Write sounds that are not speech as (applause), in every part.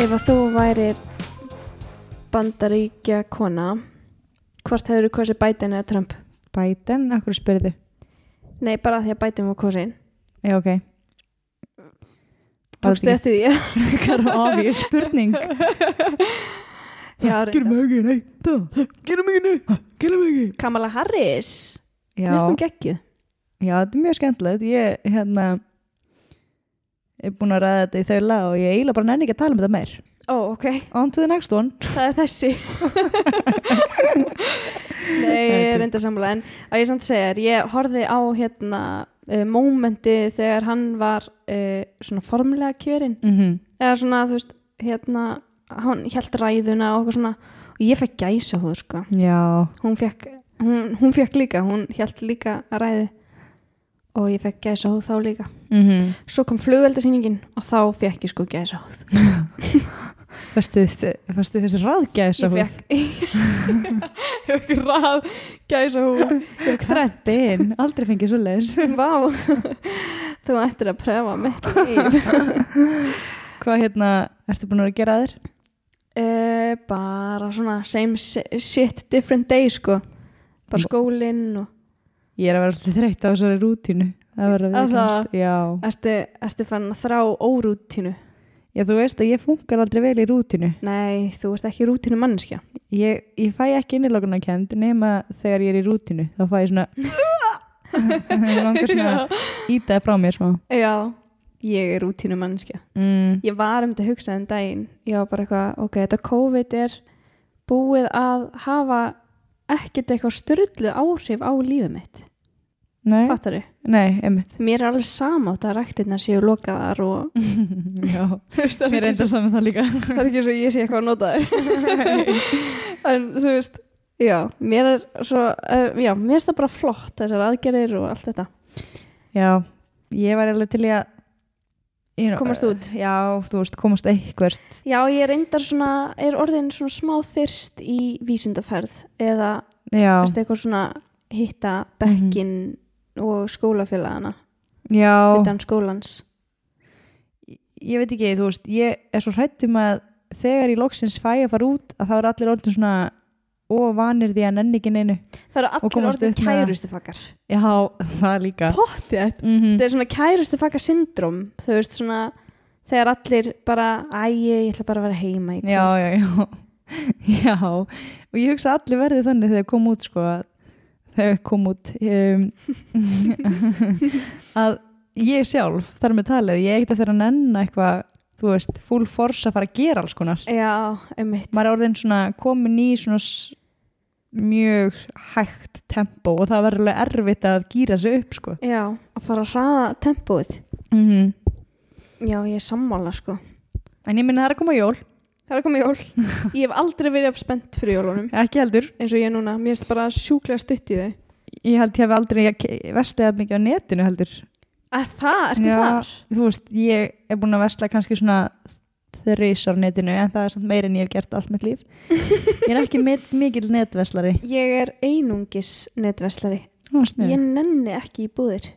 Ef að þú værir bandaríkja kona, hvort hefur þú kosið Biden eða Trump? Biden, akkur spyrðu Nei, bara því að Biden var kosin. Já, ok Tókstu eftir (laughs) því? (laughs) Hvað er obvious spurning? Já, reyndar. ekki, nei, það, gerum ekki, nei, gerum ekki Kamala Harris. Já, Mér finnst hún geggjuð. já, þetta er mjög skemmtilegt Ég, hérna er búin að ræða þetta í þaula og ég eiginlega bara nenni ekki að tala um þetta meir Ó, ok. (laughs) On to the next one Það er (laughs) þessi. (laughs) Nei, ég Þetta- er enda sammála. En að ég samt segja þér, ég horfði á hérna uh, mómenti þegar hann var uh, svona formulega kjörinn. mm -hmm. eða svona, þú veist, hérna hann held ræðuna og eitthvað svona og ég fekk gæsa þú, sko Já, hún fekk, hún, hún fekk líka, hún held líka að ræðu og ég fekk gæsa þá líka mm svo kom flugveldasýningin og þá fekk ég sko gæsa Vestu, vestu þessi ræðgæsa ég (laughs) fekk ég fekk ræð gæsa hún fekk þrættin, aldrei fengið svo leis vá þú ættir að pröfa mitt líf (laughs) Hvað hérna, ertu búin að vera að gera að þér? uh, bara svona same shit different day sko bara skólinn og Ég er að vera alltaf þreytt á þessari rútínu Það var að Að vera það? kemst Já. Ertu, ertu fann að þrá órútinu? Já, þú veist að ég funkar aldrei vel í rútínu Nei, þú ert ekki rútinu manneskja. Ég, ég fæ ekki innilokunarkend nema þegar ég er í rútínu þá fæ ég svona (laughs) Ég langar svona (laughs) að íta það frá mér smá Já, ég er rútinu manneskja. mm. Ég var um þetta að hugsa um daginn. Ég var bara eitthvað, ok, þetta COVID er búið að hafa ekkert eitthvað styrlu áhrif á lífið mitt. Nei, Fattar þau? nei, (laughs) einmitt Mér er alveg samátt að ræktirnar séu lokaðar og Já, (laughs) þú veist, það er mér ekki reyndar saman það líka það er ekki svo ég sé eitthvað að nota þér (laughs) en þú veist já, mér er svo uh, já, mér finnst það bara flott þessar aðgerðir og allt þetta (laughs) Já, ég var eiginlega til í að you know, Komast út. Já, þú veist, komast eitthvert já, ég er reyndar svona, er orðin svona smá þyrst í vísindaferð eða, Já, veist, eitthvað svona hitta bekkin og skólafélagana já utan skólans ég veit ekki, þú veist, ég er svo hrætt um að þegar ég loksins fæ að fara út að þá er allir orðin svona óvanir því að nenni ekki neinu það eru Og allir komast orðin upp með- kærustufakkar Já, (laughs) það líka pottið mm þetta er svona kærustufakka syndrom þú veist svona þegar allir bara, æ, ég ætla bara að vera heima í kvöld." Já, já, já (laughs) Já, og ég hugsa að allir verði þannig þegar ég kom út sko að þegar ég kom út um, (laughs) að ég sjálf þar með talið, ég ekkert eftir að nenna eitthvað, þú veist, full force að fara að gera alls konar Já, einmitt. maður er orðin svona komin í svona s- mjög hægt tempo og það verður alveg erfitt að gýra sig upp sko Já, að fara að hraða tempóið. mm Já, ég er sammála, sko. en ég minna það er að koma jól, Það er að (laughs) koma jól. Ég hef aldrei verið upp spennt fyrir jólunum, ekki heldur eins og ég er núna. Mér finnst bara sjúklega stutt í þau. ég held ég hef aldrei ég vestið að mikið á netinu heldur Að það, ertu Já. þar? þú veist, ég er búin að vestla kannski svona þreysar á netinu en það er samt meira en ég hef gert allt mitt (laughs) líf ég er ekki mit, mikil netveslari Ég er einungis netverslari. Ég ég... nenni ekki í búðir.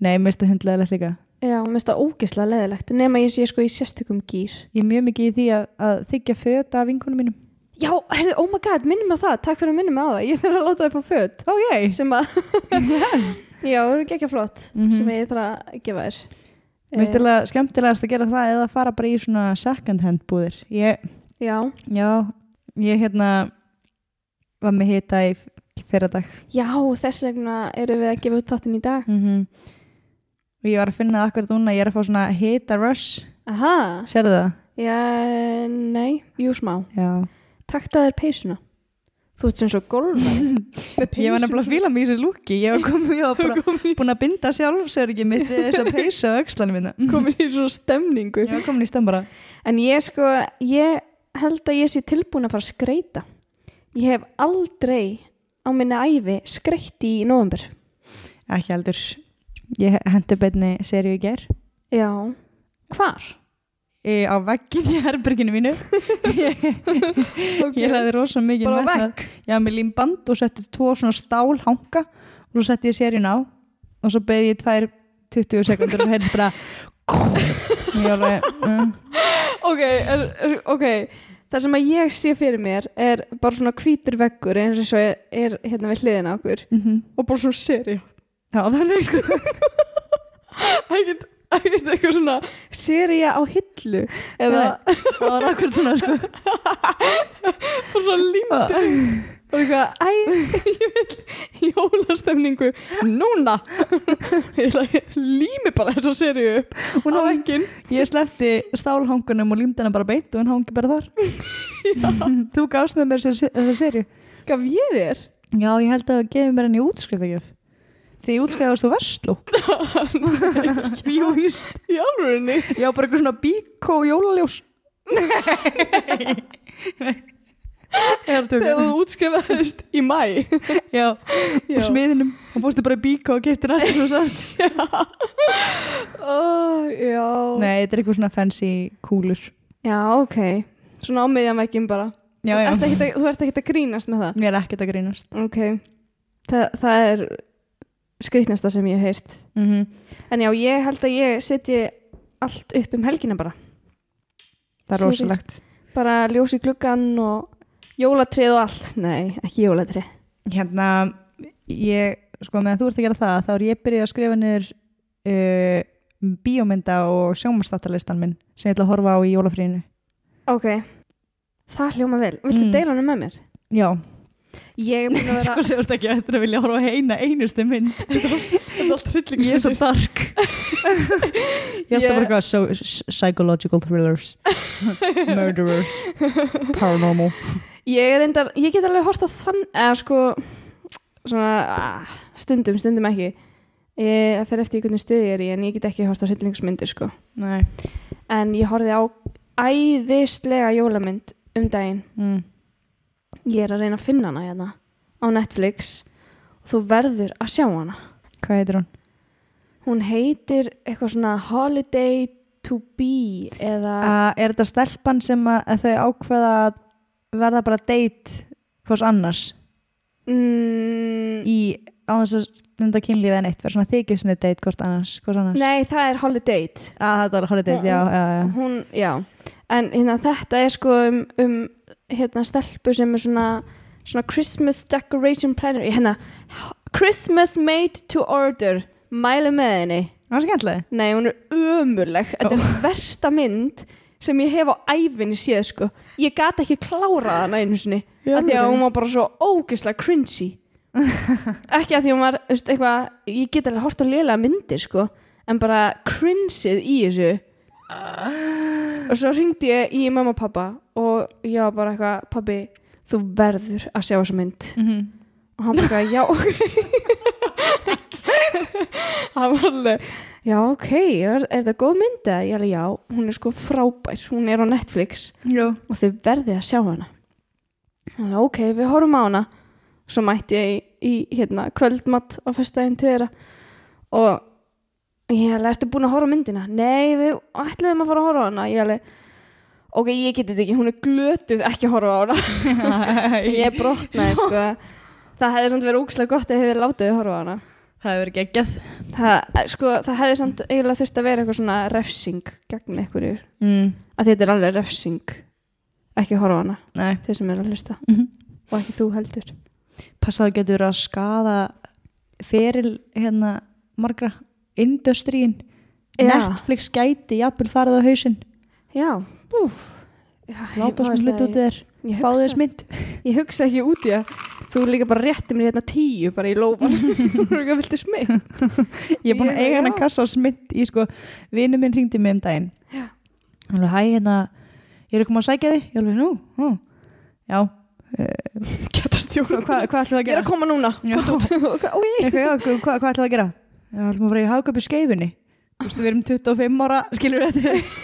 nei, mér finnst það hundlega líka Já, mér finnst það ógislega leðilegt, nema ég sé sko í sérstökum gýr. ég er mjög mikið í því að, að þykja föt af vinkunum mínum Já, herðu, oh my god, minnum á það, takk fyrir að minnum á það. Ég þarf að láta þau fá föt oh (laughs) yes, sem að, (laughs) já, það eru ekki flott Mhm. sem ég þarf að gefa þér. Mér Eh, stila skemmtilegast að gera það eða fara bara í svona second hand búðir. Ég, Já, já, ég hérna var með hita í fyrradag Já, þess vegna erum við að gefa út þáttinn í dag. mm og ég var að finna það akkurat núna, ég er að fá svona hita rush, Aha, sérðu það? já, nei, jú smá. Já. Takta þér peysuna. Þú ert sem svo (laughs) golfari. Með Ég var nefnilega að fíla mig í þessu lúki, ég var komið, ég var (laughs) bara búin að binda sjálfsörgi mitt við þess að peysa á öxlanum minna. (laughs) komin í svo stemningu. Ég var komin í stemmara. En ég sko, ég held að ég sé tilbúin að fara að skreita. Ég hef aldrei á minni æfi skreitti í november. Ekki heldur, ég hendi beinni serið í ger. Já, hvar? (laughs) Í- á veggin í herberginu mínu (laughs) ég, ég laði rosa mikið Bara á metnað. (laughs) já, mér lím band og setti tvo svona stálhanka og svo setti ég sérin á og svo beði ég tvær 20 sekundur og heyrði bara ég alveg, uh, (laughs) ok, er, er- ok það sem að ég sé fyrir mér er bara svona hvítur veggur eins og er, er hérna við hliðina á okkur mm -hmm. og bara svona seri Já, þannig sko (laughs) ekkert ekkert eitthvað svona seria á hillu eða (laughs) Það var akkurat svona sko bara svona límtur og eitthvað, æ, (laughs) ég vil jólastemningu núna (laughs) ég ætla að lími bara þessa seríu upp Hún á hang- vegginn Ég sleppti stálhangunum og límdi hana bara beint og hann hangi bara þar (laughs) Þú gafst með mér þessa þessa serju gaf ég þér Já, ég held að gefi mér henni útskriftegjöf Því ég útskrifast þú verslú (laughs) Jú, ég í alvörinni (laughs) Já, bara eitthvað svona bíkó jólaljós Nei þegar Nei þú útskrifaðist í mæ Já, Já. úr (laughs) smiðinum Hann bústu bara í bíkó og kefti næstu svo sást oh, já. Nei, þetta er eitthvað svona fancy kúlur já, ok svona á miðjan vegginn bara Já, já, Ert ekkert að, þú ert ekkert að grínast með það mér er ekkert að grínast ok, Þa, það er skrýtnasta sem ég hef heyrt mm en já, ég held að ég setji allt upp um helgina bara Það er Sorry. rosalegt bara ljós í gluggan og jólatrið og allt nei, ekki jólatrið Hérna, ég, sko, meðan þú ert að gera það þá er ég byrjuð að skrifa niður uh, bíómynda og sjómastattalistan minn sem ég ætla að horfa á í jólafrínu ok, það hljóma vel viltu Mm. deila hann með mér? Já, ég er búin (laughs) að vera (laughs) sko sem þú ert ekki eftir að vilja horfa á eina einustu (laughs) mynd Ég er svo dark Ég ætla Ég- bara eitthvað so, s- Psychological (laughs) thrillers Murderers Paranormal ég er endar, ég get alveg hort á þann eða sko svona, ah, stundum, stundum ekki ég, það fer eftir í hvernig stuði ég er í en ég get ekki hort á hryllingsmyndir sko Nei en ég horfið á æðislega jólamynd um daginn mm. ég er að reyna að finna hana hérna á Netflix og þú verður að sjá hana Hvað heitir hún? Hún heitir eitthvað svona Holiday to be eða Uh, er þetta stelpan sem að, að þau ákveða að verða bara date hvers annars mm, í á þess að stunda kynlífið en eitt verða svona þykjusni date hvers annars, hvers annars. Nei, það er Holiday Ah, þetta var holiday, Mm, mm. já, já, já. Hún, já En hérna, þetta er sko um, um hérna stelpu sem er svona svona Christmas decoration planner hérna, Christmas made to order mælu með henni Það var skemmtileg Nei, hún er ömurleg Þetta er versta mynd sem ég hef á æfinni séð sko Ég gat ekki klárað hana einu sinni Í að því að alvöru? hún var bara svo ógeðslega cringy ekki að því að hún var þú veist, eitthvað, ég get alveg hort á lélega myndir sko, en bara cringeið í þessu og svo ringdi ég í mamma og pappa og ég var bara eitthvað pappi, þú verður að sjá þessa mynd mm -hmm. og hann bara, já, ok hann var alveg já, ok, er, er þetta góð mynd eða? ég alveg, já, hún er sko frábær hún er á Netflix Jú og þau verði að sjá hana þannig ok, við horfum á hana svo mætti ég í, í hérna, kvöldmatt á fyrstæðin til þeirra og ég alveg, ertu búin að horfa á myndina? Nei, við ætluðum að fara að horfa á hana ég alveg, ok, ég geti þetta ekki hún er glötuð ekki að horfa á hana ég brotnaði, sko það hefði samt verið úkslega gott ef ég hefði látið þau horfa á hana Það hefur geggjað það, sko, það hefði samt eiginlega þurft að vera eitthvað svona refsing gegn einhverju, mm. að þetta er alveg refsing ekki að horfa á hana Nei þeir sem eru að hlusta mm -hmm. og ekki þú heldur Passaðu getur að skada feril hérna margra industríin Já. Netflix gæti jafnvel farið á hausinn já, láta svona hlut út í þér ég fá hugsa, þess mynd ég hugsa ekki út í það þú líka bara rétti mér hérna tíu bara í (laughs) lófan hvað viltu smið (laughs) ég er búin að Ég- eiga hana já. kassa á mynd í sko, vinnu minn ringdi mig um daginn Já. hann alveg hæ hérna ég er að koma að sækja þig, ég alveg nú hú. já, geta stjóra hvað hva ætlum við að ég er gera að koma núna Já. Komdu út. (laughs) Ok, oj. Eitthvað, já, hvað hva, hva ætlum við að gera já, ætlum við að fara í hagkaupi skeifunni þú veist við erum 25 ára, skilur við þetta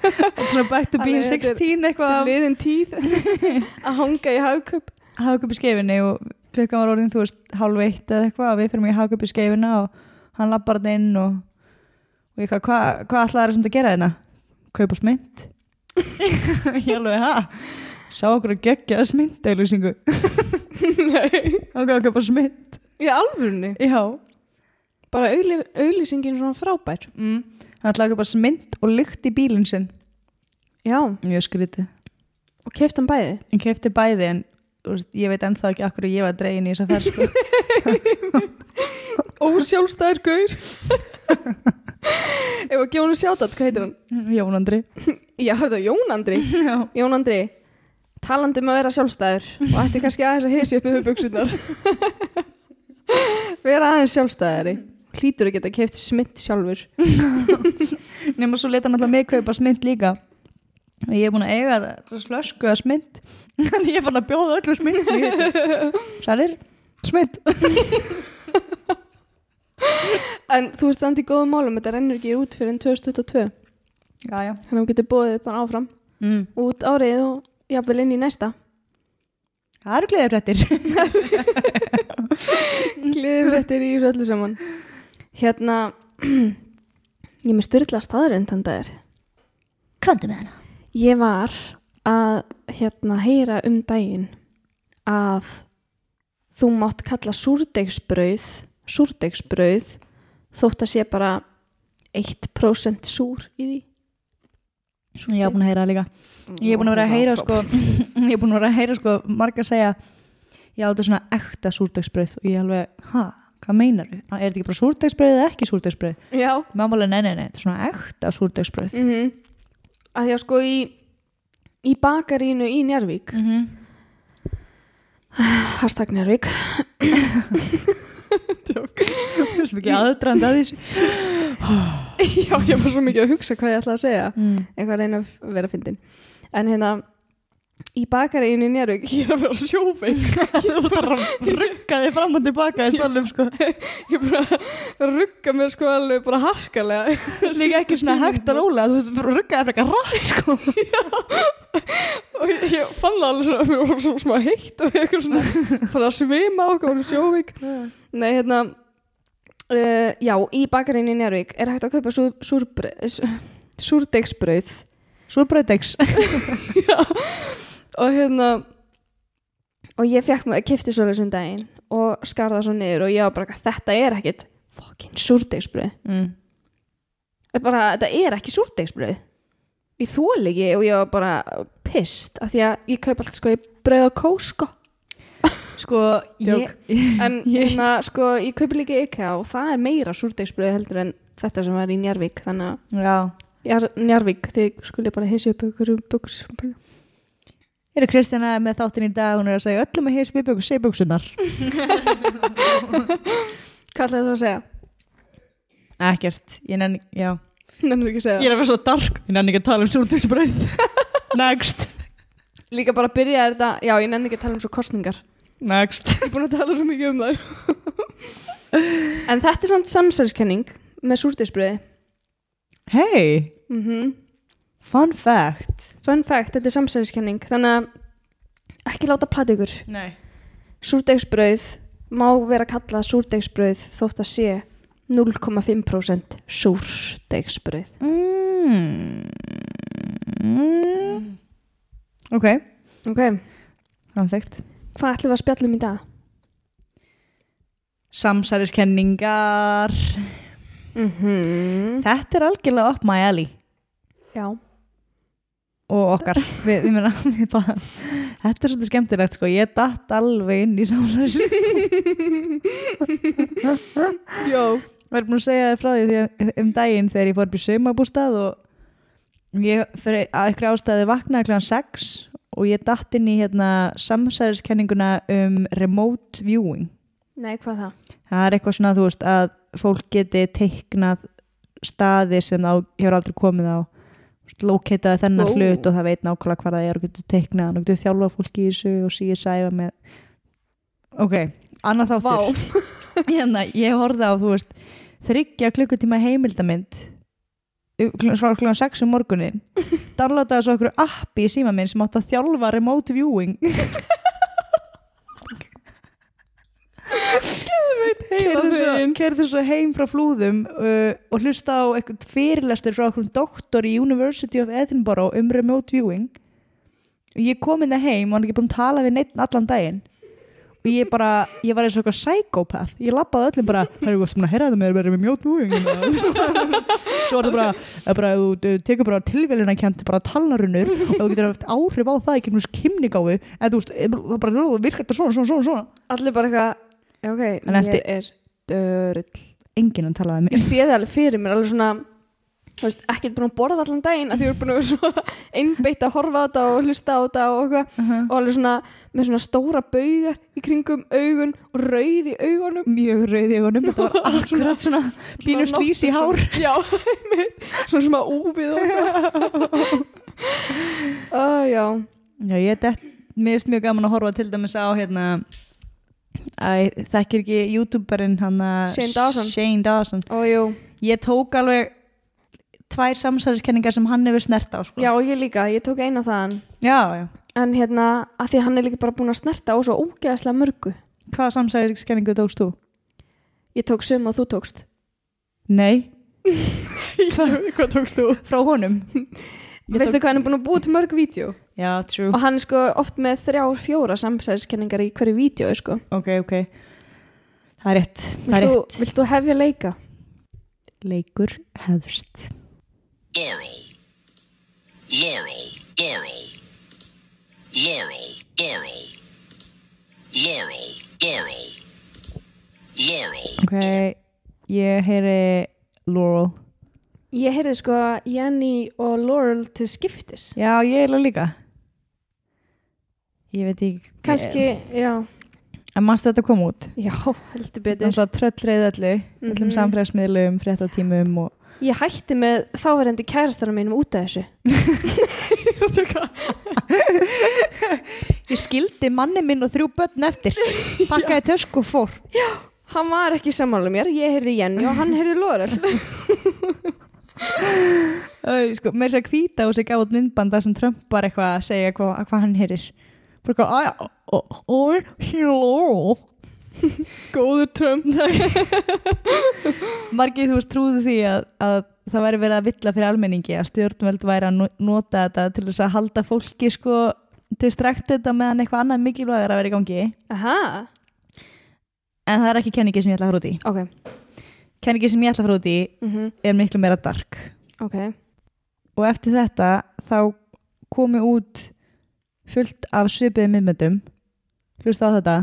Þetta er svona back to being Þannig þetta er- 16 eitthvað liðin (laughs) tíð að hanga í hagköp hagkaupi skeifunni og klukkan var orðin þú veist hálf eitt eða eitthvað og við fyrir mig í hagkaupi skeifuna og hann lappar þetta inn og, og ég hvað hva, hva ætlaði það sem þetta gera þetta? Kaupa smynd (laughs) ég alveg ha sá okkur að gegja það smynd eilýsingu (laughs) nei, okkur að kaupa smynd í alvörunni já bara auðli- auðlýsingin svona frábær mm. hann ætlaði að kaupa smynd og lykt í bílinn sinn já, mjög skrítið og keift hann bæði ég kefti bæði en þú veist, ég veit ennþá ekki akkur ég var dregin í þess að ferð (laughs) sko. (laughs) ósjálfstæður gaur (laughs) ef að gefa hann sjátat, hvað heitir hann? Jónandri já, það er Jón Andri Já. Jón Andri, talandi um að vera sjálfstæður og ætti kannski aðeins að hysja upp yfir buksunar (laughs) vera aðeins sjálfstæðari hlýtur að geta keift smitt sjálfur nema svo leta hann alltaf mig kaupa smynd líka og ég er búin að eiga það slösku að (laughs) smynd en ég er fann að bjóða öllu smynd sem ég heiti. sælir, smynd en þú ert samt í góðum málum, þetta rennur ekki út fyrir en 2022 já, já. þannig að þú getur bóðið bara áfram Mm. út árið og jafnvel inn í næsta það eru gleðið fréttir (laughs) (laughs) gleðið þetta er í þessu öllu saman hérna (clears throat) ég er með styrla staðurinn þann dagir kandu með hana ég var að hérna heyra um daginn að þú mátt kalla súrdegsbrauð súrdegsbrauð þótt að sé bara 1% súr í því ég er búin að heyra það líka ég er búin að vera að heyra sko ég er búin að vera að heyra sko marga að segja já þetta er svona ekta súrdagsbröð og ég er alveg, ha, hvað meinar við er þetta ekki bara súrdagsbröð eða ekki súrdagsbröð (laughs) já mamma alveg, nei, nei, nei, þetta er svona ekta súrdagsbröð mm -hmm. að því að sko í í bakarínu í Njarvík mm -hmm. (laughs) hashtag Njarvík það er ekki aðdrand að þessu já ég var svo mikið að hugsa hvað ég ætla að segja mm. eitthvað að reyna að vera fyndin en hérna í bakaríinu í Njarvík (laughs) ég er að vera sjófeng þú þarf að rugga þig fram og tilbaka í stálum sko. ég er bara að rugga mér sko alveg bara harkalega líka ekki svona hægt og rólega þú þarf að rugga þig frekar rátt (laughs) sko. og ég, ég fann það alveg svona mér var svo smá heitt og ég eitthvað svona fara að svima okkur og sjófeng nei hérna uh, já í bakaríinu í Njarvík er hægt að kaupa súr, súrbre, súrdegsbrauð súrbröðdegs og hérna og ég fekk mig að kipti svo þessum daginn og skarða svo niður og ég var bara eitthvað, þetta er ekkit fokkin súrdegsbröð mm. bara, þetta er ekki súrdegsbröð ég þól ekki og ég var bara pissed af því að ég kaup allt sko í brauð og kó sko sko, ég, Djók. (laughs) (laughs) en Ég- hérna sko ég kaupi líka í IKEA og það er meira súrdegsbröð heldur en þetta sem var í Njarvík þannig að já Jar- Njarvík þið skulle bara hissi upp ykkur um buks Ég er Kristjana með þáttin í dag, hún er að segja öllum að heið spibjöks, segbjöksunar. hvað ætlaði það að segja? Ekkert, ég nenni, já. Nennir ekki að segja Ég er að vera svo dark, ég nenni ekki að tala um súrtisbröð. (laughs) next, Líka bara að byrja þetta, já ég nenni ekki að tala um svo kostningar (laughs) next. Ég er búin að tala svo mikið um þær (laughs) En þetta er samt samsælskenning með súrdeisbröði Hey, mm fun fact. Fun fact, þetta er samsælskenning Þannig að ekki láta plata ykkur Nei. Súrdeisbröð má vera kallað súrdeisbröð þótt að sé 0,5% súrdeisbröð Mm. Mm. Ok, Ok, samþygt. hvað ætlum við að spjallum í dag? Samsæriskenningar. Mm -hmm. Þetta er algjörlega upp my alley. Já, og okkar við, ég meina, við bara, þetta er svolítið skemmtilegt sko. ég datt alveg inn í samsæðis já var búin að segja þér frá því, því um daginn þegar ég fór upp í saumabústað og ég fyrir að ykkur ástæði vaknaði kl. 6 og ég datt inn í hérna, samsæðiskenninguna um remote viewing Nei, hvað það? það er eitthvað svona þú veist að fólk geti teiknað staði sem þá hefur aldrei komið á lókeitaði þennan Ó. hlut og það veit nákvæmlega hvað það er og getur teiknað hann og getur þjálfað fólki í þessu og síðan sæfa með ok, annað þáttur Vá, (laughs) hérna, ég horfði á þú veist þryggja klukkutíma heimildamynd um- kl- frá klukkan 6 um morgunin downloadaði svo okkur appi í síma minn sem átti að þjálfa remote viewing heila þegin. kerði svo heim frá flúðum uh, og hlusta á eitthvað fyrirlestur frá okkur doktor í University of Edinburgh um hérna remote viewing og ég kom inn að heim og hann er ekki búin að tala við neitt allan daginn og ég bara, ég var eins og eitthvað psychopath ég labbaði öllum bara, það er eitthvað sem að herraðu mér verið með mjótt núing (laughs) svo var það bara, eða bara ef þú þú tekur bara tilvelina kjent, bara (laughs) talarunur og þú getur haft áhrif á það í kemur kimningáfi, eða þú veist, eh, það bara virkar þetta svona, svona, svona, svona allir bara eitthvað, já ok, En mér eftir- er dörl enginn hann talaði ég mér, sé það alveg fyrir mér alveg svona þú veist, ekkert búin að borða allan daginn að því ég er búin að vera svo (laughs) einbeitt að horfa á þetta og hlusta á þetta og eitthvað Uh-huh. og alveg svona með svona stóra baugar í kringum augun og rauð í augunum mjög rauð í honum (laughs) það var akkurat svona pínu Svona slís í hár nokkuð svona- já, (laughs) einmitt. svona svona úfið og eitthvað (laughs) Ó, já, Já, ég dett, mér finnst mjög gaman að horfa til dæmis á hérna Æ, þekkir ekki youtuberinn hann að- Shane Dawson. Shane Dawson og jú Ég tók alveg tvær samsæðiskenningar sem hann hefur snert á sko. já, ég líka, ég tók eina þaðan já, já. en hérna, að því að hann er líka bara búin að snerta á svo ógeðaslega mörgu Hvaða samsæðiskenningu tókst þú? ég tók sömu og þú (laughs) tókst Nei, hvað tókst þú? frá honum Ég veistu hvað hann er búin að búa til mörg vídeo Já, true, og hann er sko oft með þrjár, fjóra samsæðiskenningar í hverju vídeo sko. ok, ok Það er rétt, það er vilt, rétt þú, vilt þú hefja leika? Leikur hefst Laurel. Laurel. Laurel. Laurel. Laurel. Laurel. Laurel. Laurel. Ok, ég heyri Laurel Ég heyrði sko Jenny og Laurel til skiptis Já, ég eiginlega líka Ég veit ekki Eh, kannski, já En mannstu þetta kom út? já, heldur Þetta er betur alltaf tröllreið öllu, öllum Mhm. samfélagsmiðlum, fréttatímum og... ég hætti með þáverandi kærastarum mínum út af þessu Ég skildi manni minn og þrjú börn (laughs) eftir, pakkaði tösk og fór. hann var ekki sammála mér, ég heyrði Jenny og hann heyrði Laurel Æ, sko, með þess að hvíta og sig gaf út myndbanda sem Trump var eitthvað að segja hvað hva hann heyrir. Bara eitthvað, æ, ó, ó, hello. (laughs) góður (laughs) Trump Margið, þú veist, trúðu því að, að það væri verið að villa fyrir almenningi, að stjórnvöld væri að no- nota þetta til þess að halda fólki, sko, distrakt þetta meðan eitthvað annað mikilvægur að vera í gangi. (laughs) aha, En það er ekki kenningi sem ég ætla að fara út í. ok Kenningi sem ég ætla að fara út í mm er miklu meira dark ok, og eftir þetta þá komi út fullt af svipiðum myndmyndum hlusta á þetta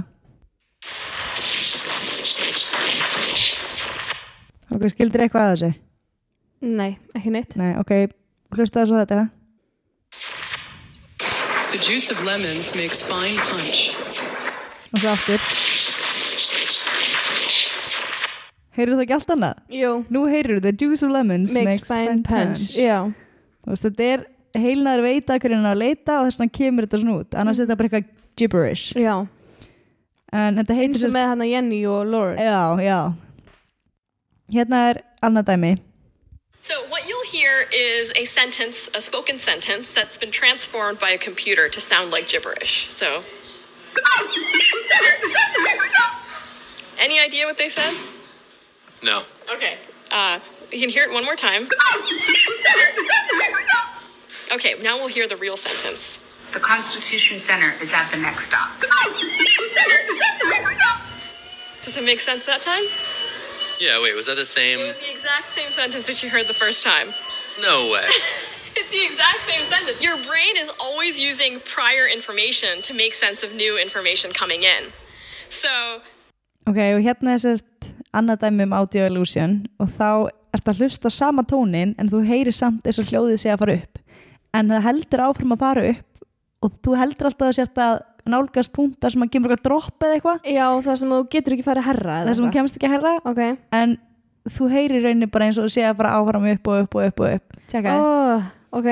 ok, skildir eitthvað að þessi? nei, ekki neitt nei, ok, hlusta á svo þetta The juice of lemons makes fine punch. og svo aftur heyrðu það ekki allt annað? jú, nú heyrðu the juice of lemons makes fine punch já, Þú veist, þetta er heilnaður veita hverju hann er að leita og þess vegna kemur þetta svona út annars er þetta bara eitthvað gibberish já en þetta heitir eins og sem með hann að Jenny og Laurel já, já hérna er annað dæmi So, what you'll hear is a sentence, a spoken sentence, that's been transformed by a computer to sound like gibberish. So, any idea what they said? No. Okay. Uh, you can hear it one more time. Okay, now we'll hear the real sentence. The Constitution Center is at the next stop. Does it make sense that Mm. time? Yeah, wait, was that the It same? was the exact same sentence that you heard the first time. No way. (laughs) It's the exact same sentence. Your brain is always using prior information to make sense of new information coming in. So, ok, og hérna er sérst annað dæmi um audio illusion og þá ert að hlusta á sama tónin en þú heyrir samt þess að hljóðið sé að fara upp en það heldur áfram að fara upp og þú heldur alltaf að sérst að nálgast punktar sem að kemur eitthvað dropp eða eitthvað já, það sem þú getur ekki farið að herra eða það sem eitthvað. þú kemst ekki að herra ok, en þú heyrir rauninni bara eins og þú sé að fara áfram upp og upp og upp og upp Tjekka, okay. oh. ok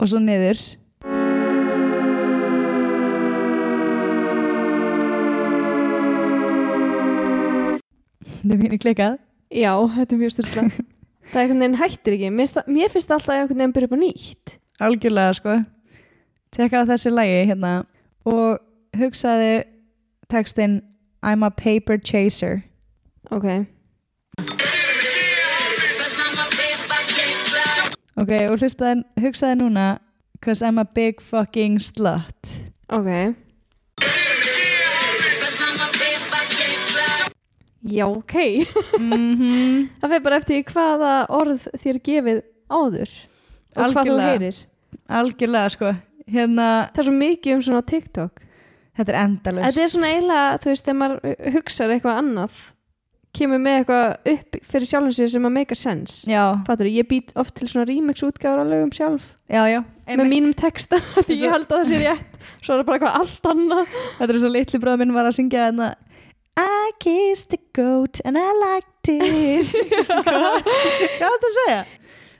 og svo niður Þetta er mínu klikað já, þetta er mjög (laughs) styrla það er einhvern veginn hættir ekki mér, finnst það- mér finnst alltaf að einhvern veginn byrja upp á nýtt algjörlega sko tjekka á þessi lægi hérna og hugsaði textin I'm a paper chaser ok Cause I'm a paper chaser. Ok, og hlustaði, hugsaði núna Cause I'm a big fucking slut Ok. Já, ok. Mhm. (laughs) Það fer bara eftir því hvaða orð þér gefið áður og hvað þú Algjörlega. heyrir. Algjörlega sko Hérna, Það er svo mikið um svona TikTok. þetta er endalaust Þetta er svona eiginlega, þú veist, þegar maður hugsar eitthvað annað, kemur með eitthvað upp fyrir sjálfum sér sem að make a sense. Já, Fattur, ég být oft til svona remix útgáður að lögum sjálf já, já með Einmitt. mínum texta (laughs) því ég held að það sé rétt svo er það bara eitthvað allt annað Þetta er svo litli bróð minn var að syngja hérna I kissed a goat and I liked it Hvað var þetta að segja?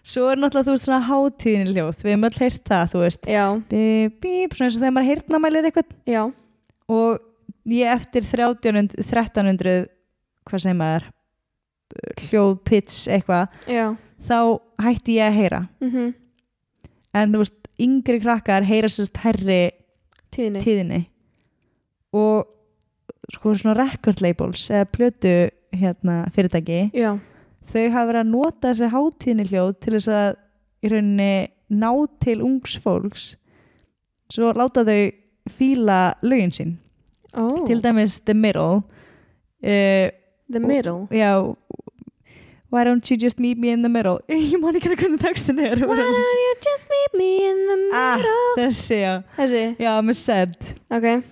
Svo er náttúrulega þú veist svona hátíðin hljóð Við höfum öll heyrt það, þú veist Já, Bíp, bíp, svona eins og þegar maður heyrnamælir eitthvað já, og ég eftir 30, 1300 hvað segir maður hljóðpits eitthvað já þá hætti ég að heyra mm -hmm. en þú veist, yngri krakkar heyra sérst herri Tíðni tíðinni og sko svona record labels eða plötu hérna fyrirtæki Já, þau hafa verið að nota þessi hátíðni hljóð til þess að í rauninni ná til ungs fólks svo láta þau fíla lögin sín ó, til dæmis The Middle uh, the middle já Why don't you just meet me in the middle (laughs) ég man ekki alveg hvernig textin er Why don't you just meet me in the ah, middle þessi já Þessi, já með send ok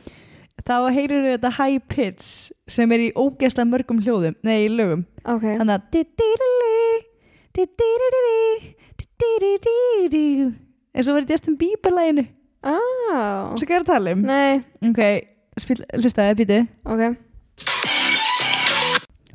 þá heyrir þetta high pitch sem er í ógeðslega mörgum hljóðum nei í lögum Ok, þannig að di-di-di-li, di-di-di-di-di, di-di-di-di-di. eins og verið Justin Bieber læginu ah sem hvað er að tala um Nei, ok spil, hlustaði býti ok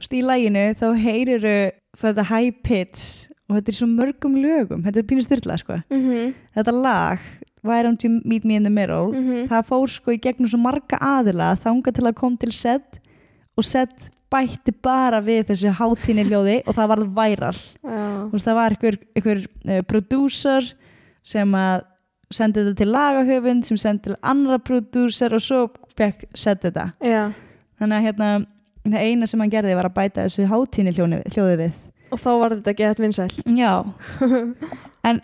Þú veist, í læginu þá heyriru þetta high pitch og þetta er í svo mörgum lögum, þetta er pínu styrla sko. mm þetta lag Why don't you meet me in the middle það fór sko í gegnum svo marga aðila þanga til að kom til Seth og Seth bætti bara við þessu hátíni hljóði og það varð væral Já, veist, það var einhver, einhver uh, prodúsar sem að sendi þetta til lagahöfund sem sendi til annara prodúsar og svo fekk Seth þetta já þannig að hérna það eina sem hann gerði var að bæta þessu hátíni hljóði við Og þá var þetta gett vinsæl Já En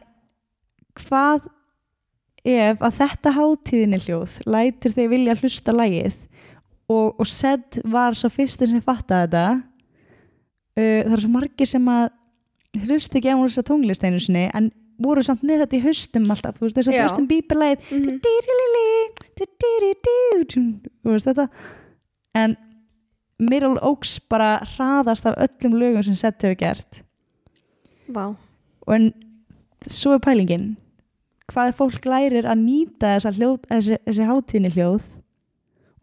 hvað ef að þetta hátíðinni hljóð lætur þig vilja hlusta lægið og, og sedd var svo fyrstir sem fattaði þetta uh, það er svo margir sem að hlusta ekki á þessa tónlist einu sinni en voru samt með þetta í haustum alltaf þú veist þess að Já. Justin Bieber lægið Mhm. þú veist þetta en Meryl Oaks bara hraðast af öllum lögum sem sett hefur gert Vá og en svo er pælingin hvað ef fólk lærir að nýta þessa, hljóð, þessi, þessi hátíðni hljóð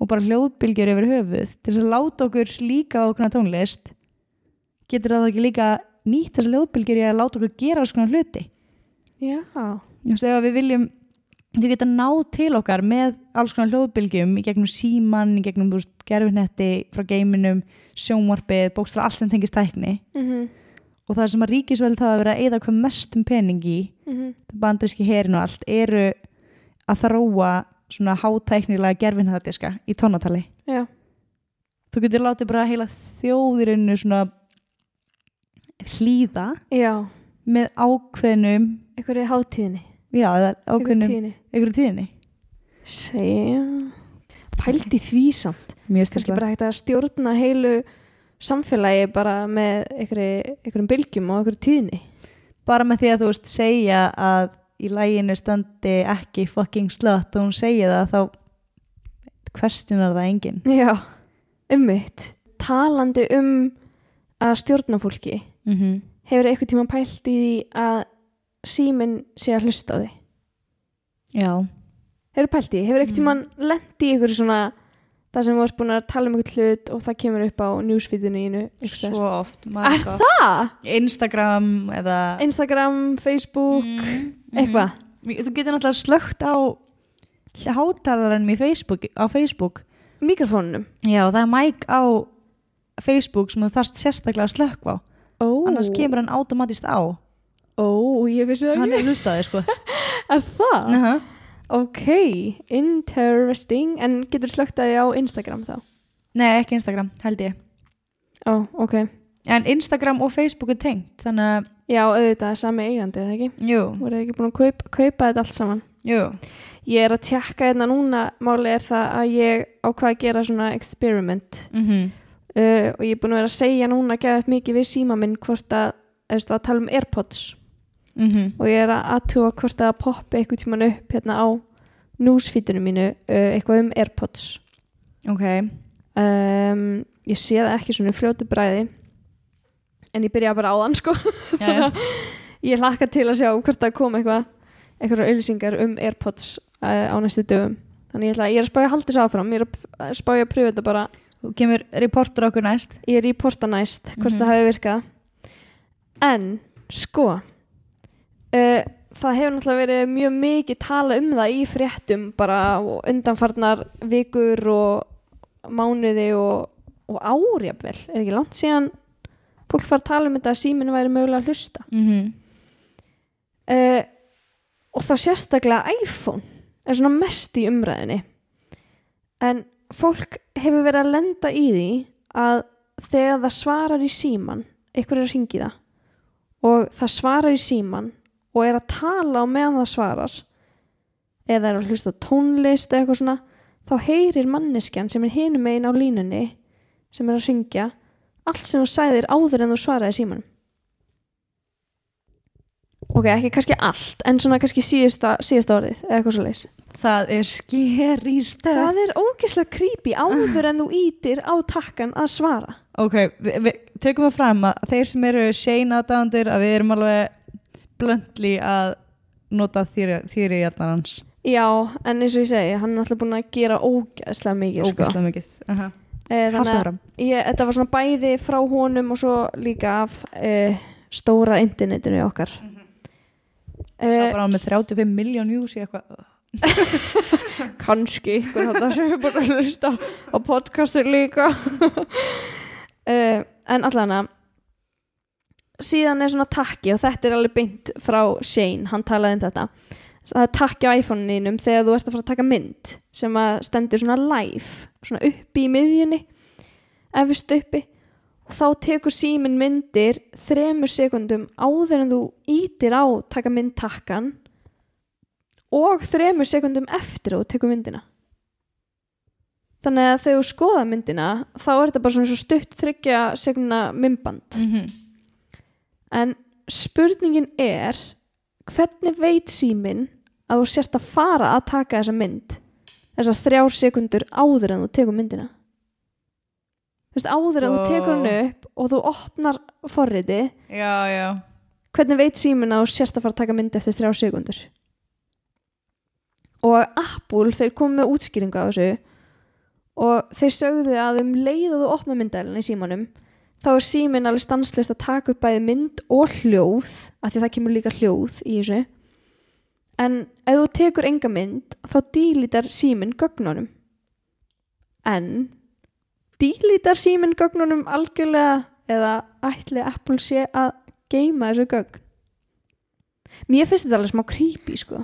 og bara hljóðbylgjur yfir höfuð til þess að láta okkur líka á okkur tónlist getur það þá ekki líka nýtt þessa hljóðbylgjur í að láta okkur gera okkur hluti Já, Þú veist, ef að við viljum þau geta ná til okkar með alls konar hljóðbylgjum í gegnum símann, í gegnum þú veist, gerfinetti frá geiminum, sjónvarpið, bókstala allt sem tengist tækni mm og það sem að ríkisveld hafa verið að eða hvað mestum peningi Mhm. bandaríski herin og allt eru að þróa svona hátæknilega gerfinhæðadiska í tónatali já þú getur látið bara heila þjóðirinnu svona hlýða Já, með ákveðnum einhverju hátíðinni já, eða Einhverju ákveðnum, tíðinni einhverju tíðinni Segja Pældi því samt mjög kannski styrla bara hægt að stjórna heilu samfélagi bara með einhverju- einhverjum bylgjum og einhverjum tíðni bara með því að þú veist segja að í læginu standi ekki fucking slött og hún segja það þá questionar það enginn Já, ummitt talandi um að stjórna fólki mm Mhm. -hmm. hefur eitthvað tíma pælt í því að síminn sé að hlusta á því já, hefur pælt í, því? hefur eitthvað tíma mm. lent í einhverju svona það sem þú varst búin að tala um einhvern hlut og það kemur upp á newsfeedinu ínu svo oft Er margoft. það? Instagram eða Instagram, Facebook, Mm, mhm. eitthvað þú getur náttúrulega slögt á hátalaranum í Facebook, á Facebook mikrofónunum já það er mæk á Facebook sem þú þarft sérstaklega að slökka á Ó, annars kemur hann automatist á Ó, ég vissi það hann ekki er hlustaði sko (laughs) Er það? uh -huh. Ok, interesting En getur slögt að ég á Instagram þá? nei ekki Instagram held ég Ó, ok en Instagram og Facebook er tengt þannig að, Já, auðvitað, sami eigandi, eða ekki? jú, Voru ekki búin að kaupa, kaupa þetta allt saman? jú Ég er að tjekka hérna núna, máli er það að ég ákvað að gera svona experiment mm uh, og ég er búin að vera að segja núna að gefa upp mikið við síma minn hvort að, eða að tala um Airpods mm -hmm. og ég er að aðtúa hvort að það poppi eitthvað tíman upp hérna á newsfeedinu mínu uh, eitthvað um Airpods ok, um, ég sé það ekki svona í fljótu bræði en ég byrja bara á þann sko já, já. (laughs) ég hlakka til að sjá hvort það kom eitthvað eitthvað auðlýsingar um Airpods uh, á næstu dögum þannig ég, ætla, ég er að spája að halda þessu áfram ég er að p- að spája að pröfa þetta bara og kemur reporter okkur næst ég er í porta næst hvort það hafi virkað en sko uh, það hefur náttúrulega verið mjög mikið tala um það í fréttum bara og undanfarnar vikur og mánuði og, og árjafvel er ekki langt síðan fólk var að tala um þetta að síminu væri mögulega að hlusta mm uh, og þá sérstaklega iPhone er svona mest í umræðinni en fólk hefur verið að lenda í því að þegar það svarar í síman einhver er að ringi það og það svarar í síman og er að tala á meðan það svarar eða er að hlusta á tónlist eða eitthvað svona þá heyrir manneskjan sem er hinum einn á línunni sem er að ringja allt sem þú sagðir áður en þú svaraði síman ok, ekki kannski allt en svona kannski síðasta, síðasta orðið eða eitthvað svo leys Eh. það er skeri stöð það er ógeðslega creepy áður en þú ítir á takkan að svara ok, við vi, tökum það fram að þeir sem eru Shane aðdándir að við erum alveg blöndli að nota þýri hjarnar hans já, en eins og ég segi, hann er alltaf búin að gera ógeðslega mikið sko. ógæslega mikið uh -huh. Eh, Haltu þannig að áfram. ég, þetta var svona bæði frá honum og svo líka af uh, stóra internetinu okkar Mhm. sá uh, bara á með 35 miljón views í eitthvað kannski ykkur þetta sem við búin að hlusta á, á podcastur líka (laughs) uh, en allan að síðan er svona takki og þetta er alveg beint frá Shane, hann talaði um þetta það er takki á iPhone-inum þegar þú ert að fara að taka mynd sem að stendur svona live svona uppi í miðjunni efist uppi og þá tekur síminn myndir þremur sekundum áður en þú ítir á taka mynd takkan og þremur sekundum eftir að þú tekur myndina þannig að þegar þú skoða myndina þá er þetta bara svona svo stutt þryggja sekundna myndband mm -hmm. En spurningin er hvernig veit síminn að þú sérst að fara að taka þessa mynd þessar þrjár sekundur áður en þú tekur myndina Þú veist, áður en þú tekur Vá. hann upp og þú opnar forriti já, já hvernig veit síminn að þú sérst að fara að taka mynd eftir þrjár sekundur og Apple þeir komu með útskýringu á þessu og þeir sögðu að um leið og þú opna myndælinn í símanum þá er síminn alveg stanslust að taka upp bæði mynd og hljóð af því að það kemur líka hljóð í þessu en ef þú tekur enga mynd þá dýlítar síminn gögnunum en dýlítar síminn gögnunum algjörlega eða ætli Apple sé að geima þessu gögn mér finnst þetta alveg smá creepy sko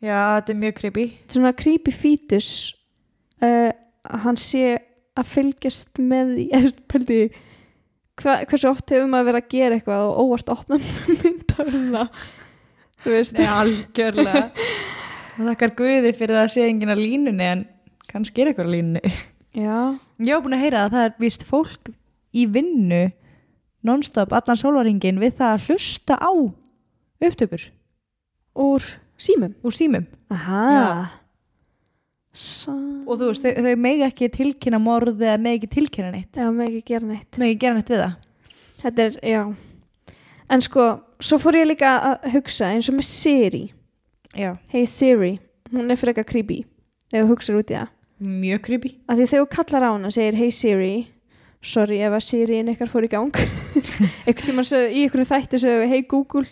já, þetta er mjög creepy Þetta er svona creepy fetus uh, að hann sé að fylgjast með því (laughs) eða þú veist, pældi því, hva, hversu oft hefur maður verið að gera eitthvað og óvart opna (laughs) myndavélina þú veist Nei, algjörlega og þakkar Guði fyrir það að sé enginn að línunni en kannski er eitthvað á línunni já, Ég var búin að heyra að það er víst fólk í vinnu non-stop allan sólvaringin við það að hlusta á upptökur úr símum úr símum aha Já. Sa og þú veist, þau, þau megi ekki tilkynna morð eða megi ekki tilkynna neitt já, með ekki gera neitt megi ekki gera neitt við það Þetta er, já en sko, svo fór ég líka að hugsa eins og með Siri Já, hey Siri, hún er frekar creepy ef þú hugsar út í það mjög creepy að því þegar þú kallar á hana segir hey Siri sorry ef að Siri inn ykkar fór í gang (laughs) einhvern tímann sögðu í ykkur þætti sögðu hey Google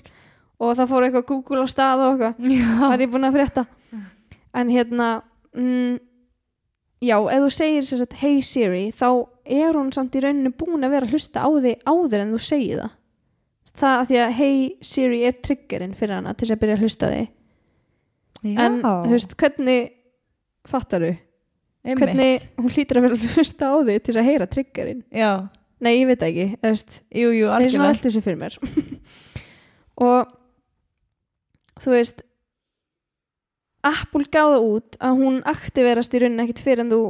og það fór eitthvað Google á stað og eitthvað það Já, er ég búin að frétta en hérna mm, já, ef þú segir sem sagt hey Siri þá er hún samt í rauninu búin að vera að hlusta á því áður en þú segir það það að því að hey Siri er triggerinn fyrir hana til þess að byrja að hlusta á því en þú veist, hvernig fattaru? einmitt. hvernig hún hlýtur að vera að hlusta á því til þess að heyra triggerinn Já, nei, ég veit það ekki, eða veist Jú, jú, ég er svona algjörlega. alltaf þessu fyrir mér (laughs) og þú veist Apple gáða út að hún aktiverast í rauninni ekkit fyrir en þú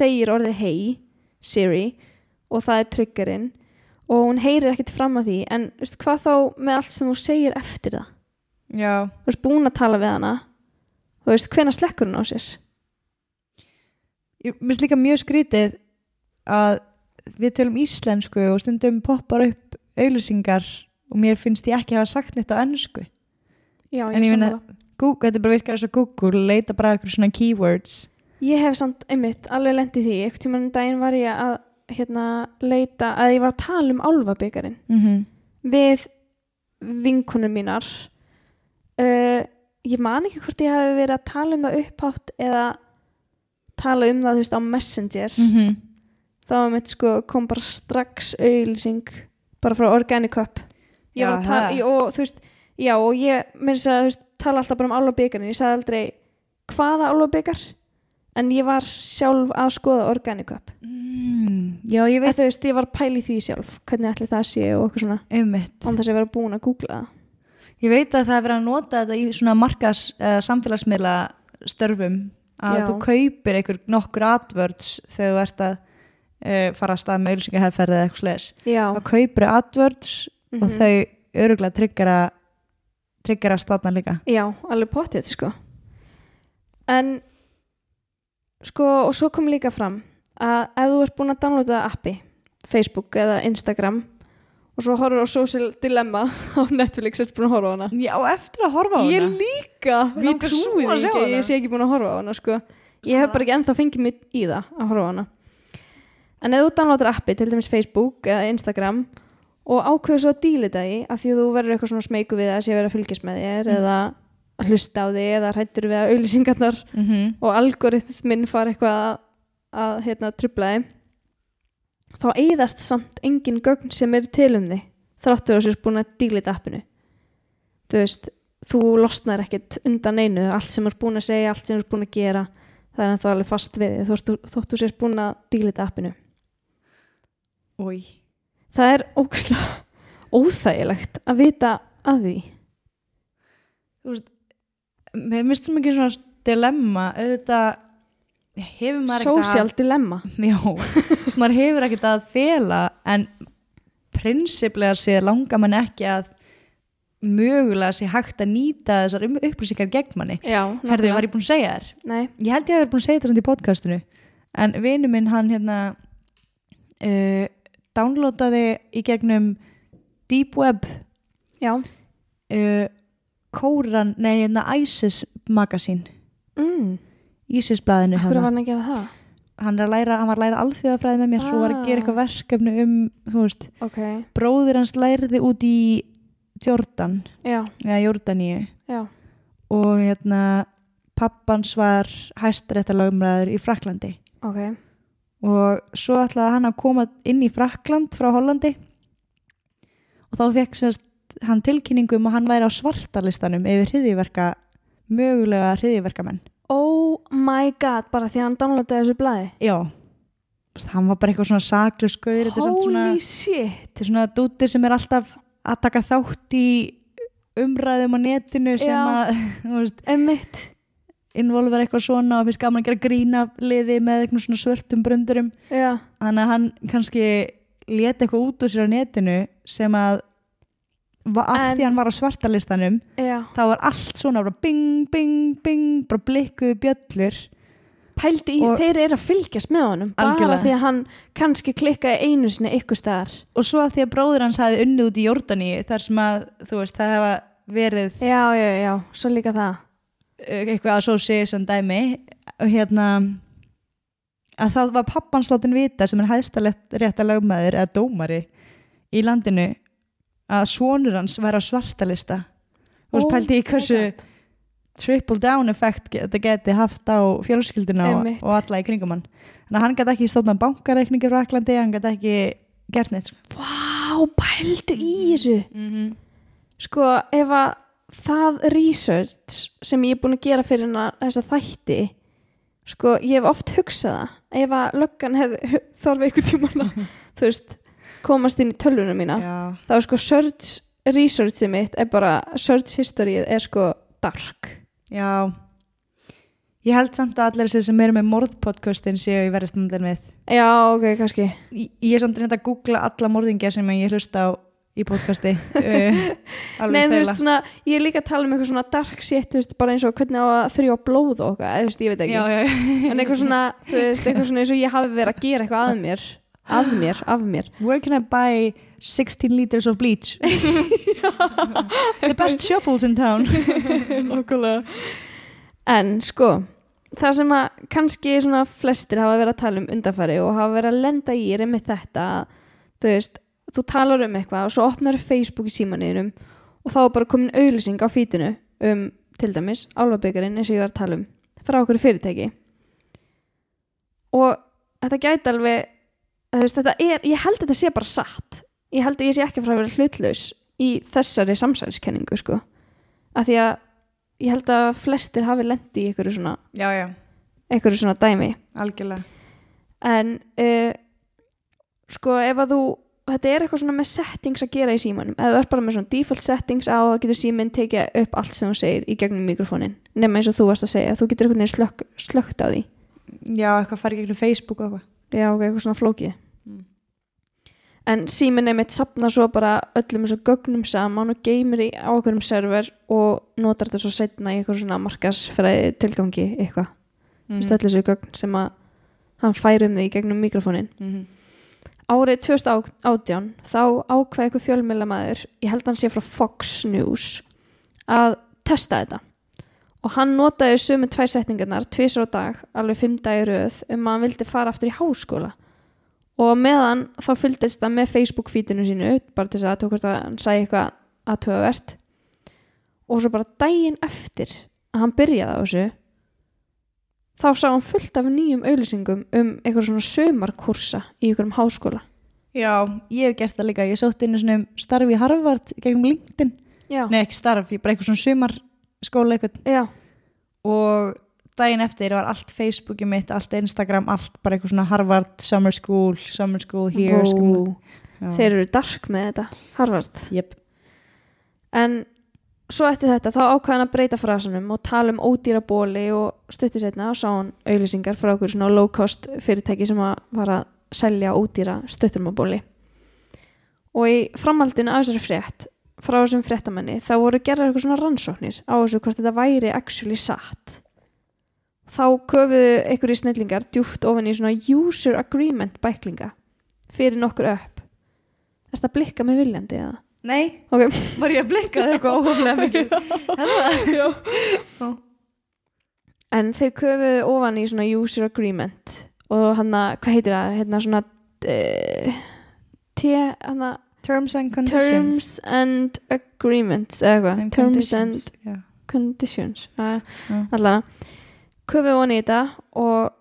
segir orðið hey Siri og það er triggerinn og hún heyrir ekkit fram að því en veist, hvað þá með allt sem þú segir eftir það Já, þú veist búin að tala við hana þú veist hvenær slekkur hún á sér ég minnst líka mjög skrítið að við tölum íslensku og stundum poppar upp auglýsingar og mér finnst ég ekki hafa sagt neitt á ennsku. Já, En ég meina, Google, þetta bara virkar eins og Google, leita bara ykkur svona keywords. Ég hef samt einmitt alveg lendið því einhvern tímann um daginn var ég að hérna, leita að ég var að tala um álfabyggarinn Mm við vinkunum mínar uh, ég man ekki hvort ég hafi verið að tala um það upphátt eða tala um það þú veist á Messenger Mm. þá var mitt sko kom bara strax auðlýsing bara frá Organic Cup ég var að Jaha. tala ég- og þú veist já og ég minnst að þú veist tala alltaf bara um álfabyggarinn ég sagði aldrei hvaða álfabyggar en ég var sjálf að skoða Organic Cup Mm, Já, ég veit þú veist ég var að pæla í því sjálf hvernig ætli það sé og eitthvað svona um mitt. án þess að vera búin að googla það Ég veit að það er verið að nota þetta í svona markas uh, samfélagsmiðla störfum að Já. þú kaupir einhver nokkur advörds þegar þú ert að uh, fara að stað með ölsingarherferði eða eitthvað sles Já, þá kaupir advörds og Mhm. þau öruglega tryggjara tryggjara statna líka já, alveg pottið sko en sko og svo kom líka fram að ef þú ert búin að downloada appi Facebook eða Instagram og svo horfur á Social Dilemma (laughs) á Netflix ert búin að horfa á hana Já, eftir að horfa ég líka, ég Langar svo trúi því að sjá ekki að hana. ég sé ekki búin að horfa á hana sko. ég hef bara ekki ennþá fengið mitt í það að horfa á hana en ef þú downloadar appi, til dæmis Facebook eða Instagram og ákveður svo að dílita því að því að þú verður eitthvað svona smeyku við að sé verið að fylgjast með þér Mm. eða að hlusta á því eða hrættur við að auðlýsingarnar mm og algoritminn far eitthvað að, að hérna, trubla þið þá eigðast samt engin gögn sem er til um þið þráttur að sér búin að dílita appinu þú veist, þú losnar ekkit undan einu, allt sem er búin að segja allt sem er búin að gera, það er ennþá alveg fast við þig, þótt þú- þótt þú sér búin að dílita appinu það er ógæslega (laughs) óþægilegt að vita að því Mér minnst sem ekki svona dilemma auðvitað hefur maður ekkert að- social dilemma Já, þess maður hefur ekkert að fela en prinsiplega séð langar mann ekki að mögulega sé hægt að nýta þessar um- upplýsingar gegn manni. (laughs) já, Herðu, var ég búin að segja þér? Nei, Ég held ég að vera búin að segja þetta samt í podcastinu en vinu minn hann hérna uh, downloadaði í gegnum Deep Web já uh, Kóran, nei hérna ISIS magasín, mm, ISIS blaðinu Hverju var hann að gera það? hann, er að læra, hann var að læra alþjóðafræði með mér og var að Ah. gera eitthvað verkefni um þú veist, Okay. bróðir hans læriði út í Jordan Já, eða Jordaníu já, og hérna pappans var hæstaréttalögumræður í Fraklandi ok. og svo ætlaði hann að koma inn í Frakland frá Hollandi og þá fekk sérst hann tilkynningu um að hann væri á svartalistanum yfir hriðiverka mögulega hriðiverkamenn Oh my god, bara því að hann downloadaði þessu blæði. já, Þú veist, hann var bara eitthvað svona saklusgauður þetta er samt svona Holy shit. þetta er svona dúti sem er alltaf að taka þátt í umræðum á netinu sem Já. að (laughs) þú veist, Emmitt. involver eitthvað svona og finnst gaman að gera grína liði með eitthvað svona svörtum bröndurum Já, þannig að hann kannski leti eitthvað út úr sér á netinu sem að va- af En- því hann var á svartalistanum já. þá var allt svona bara bing, bing, bing bara blikkuðu bjöllur Pældi í, Og- þeir eru að fylgjast með honum. Bara Algjörlega. því að hann kannski klikkaði einu sinni ykkur staðar. og svo af því að bróður hans hafi unnið út í Jórdaníu þar sem að þú veist það hefa verið Já, já, já, svo líka það. eh, eitthvað association dæmi og hérna að það var pappans látin vita sem er hæðstalett rétta lögmaður eða dómari í landinu að sonur hans væri á svartalista og oh, Oh pælti í my hversu God. triple down effekt ge- þetta geti haft á fjölskylduna og, Einmitt. og alla í kringum hann þannig að hann gæti ekki stofna bankareikningi frá Aklandi, hann gæti ekki gert neitt sko. Vá, pældu í þessu. Sko, ef að það research sem ég er búin að gera fyrir hana, þessa þætti, (laughs) sko, ég hef oft hugsað það. Ef að löggan hefði þarf einhver tíma hana, þú veist, komast inn í tölvunum mína Já. þá er sko search researchið mitt er bara search historyið er sko dark Já. Ég held samt að allir þessir sem eru með morðpodcastin séu í verið standin við. já ok kannski Ég, ég er samt reynd að googla alla morðingja sem ég hlusta á í (laughs) podcasti. uh, Nei, alveg þú veist þeirra. svona, ég er líka að tala um eitthvað svona dark shit, þú veist, bara eins og hvernig á að þrjá blóð og eitthvað, eða, þú veist, ég veit ekki Já, já, já. en eitthvað svona, þú veist, eitthvað svona eins og ég hafi verið að gera eitthvað að mér að mér, af (laughs) mér Where can I buy 16 liters of bleach? The (laughs) best shuffles in town. Nákvæmlega En sko, það sem að kannski svona flestir hafa verið að tala um undanfari og hafa verið að lenda í er með þetta að, þú veist, þú talar um eitthvað og svo opnar Facebook í símaninum og þá er bara komin auðlýsing á fítinu um til dæmis álfabyggarinn eins og ég var að tala um frá okkur fyrirtæki og þetta gæti alveg þú veist, þetta er, ég held að þetta sé bara satt ég held að ég sé ekki frá að vera hlutlaus í þessari samsælskenningu sko af því að ég held að flestir hafi lendi í einhverju svona, já, já, einhverju svona dæmi algjörlega. en uh, sko ef að þú þetta er eitthvað svona með settings að gera í símanum ef þú ert bara með svona default settings á þá getur síminn tekið upp allt sem þú segir í gegnum mikrofónin nema eins og þú varst að segja þú getur einhvern veginn slökk, slökkt á því Já, eitthvað farið gegnum Facebook og eitthvað. já ok, eitthvað svona flókið en síminn er mitt sapna svo bara öllum þessu gögnum saman og geymir í ákveðum server og notar þetta svo setna í eitthvað svona markasfæði tilgangi eitthvað mm. stöðlega þessu gögn sem að hann færi um þig í gegnum mikrofónin Mhm. árið 2018 þá ákveði eitthvað fjölmiðlamæður ég held hann sé frá Fox News að testa þetta og hann notaði sömu tvær setningarnar tvisar á dag, alveg fimm dagir röð um að hann vildi fara aftur í háskóla og á meðan þá fylgdist það með Facebook feedinu sínu bara til þess að tókvort að hann sagði eitthvað aðtöfavert og svo bara daginn eftir að hann byrjaði á þessu þá sá hann fullt af nýjum auðlýsingum um eitthvað svona sömarkursa í einhverjum háskóla Já, ég hef gert það líka. Ég sótti einu svona starf í Harvard gegnum LinkedIn. Já, Nei, ekki starf, ég bara eitthvað svona sumarskóla eitthvað. já, og daginn eftir var allt Facebooki mitt, allt Instagram, allt bara eitthvað svona Harvard, Summer School, Summer School here, Vó. school. þeir eru dark með þetta, Harvard Jep. en svo eftir þetta þá ákvað hann að breyta frasanum og tala um ódýra bóli og stutti setna og sá hann auðlýsingar frá okkur svona low cost fyrirtæki sem að var að selja ódýra stuttumabóli og í framhaldinu af þessari frétt frá þessum fréttamanni þá voru gerðar eitthvað svona rannsóknir á þessu hvort þetta væri actually satt þá köfuðu einhverju snillingar djúpt ofan í svona user agreement bæklinga fyrir nokkur upp Er þetta blikka með viljandi eða? Nei, Ok, var ég að blinka eitthvað óhóflega mikið. (laughs) en þeir köfuðu ofan í svona user agreement og hann að, hvað heitir það, hérna svona uh, t, hann að Terms and conditions. terms and agreements eða eitthvað, And terms and conditions, já. conditions uh, Já. allan köfuðu ofan í þetta og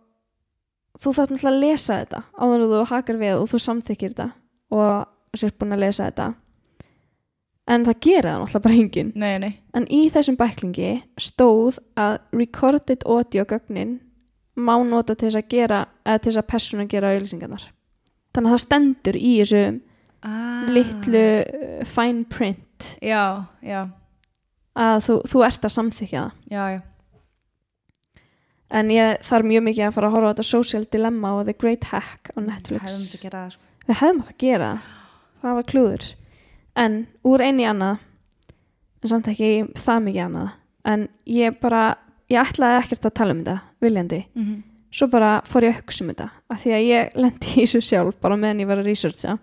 þú þarft náttúrulega að lesa þetta áður en þú hakar við og þú samþykir þetta og sér búin að lesa þetta en það gera það náttúrulega bara enginn Nei, nei. En í þessum bæklingi stóð að recorded audio gögnin má nota til þess að gera eða til þess að persóna gera auðlýsingarnar. Þannig að það stendur í þessu Ah. litlu uh, fine print Já, já, að þú, þú ert að samþykja það. já, já. En ég þarf mjög mikið að fara að horfa á þetta Social Dilemma og The Great Hack á Netflix. Mm, Hefðum þetta gerað, sko. Við hefðum átt að gera það. Það var klúður. En úr einu í annað, en samt ekki það mikið annað, en ég bara, ég ætlaði ekkert að tala um þetta viljandi. Mhm. Svo bara fór ég að hugsa um þetta, af því að ég lendi í þessu sjálf bara meðan ég var að researcha.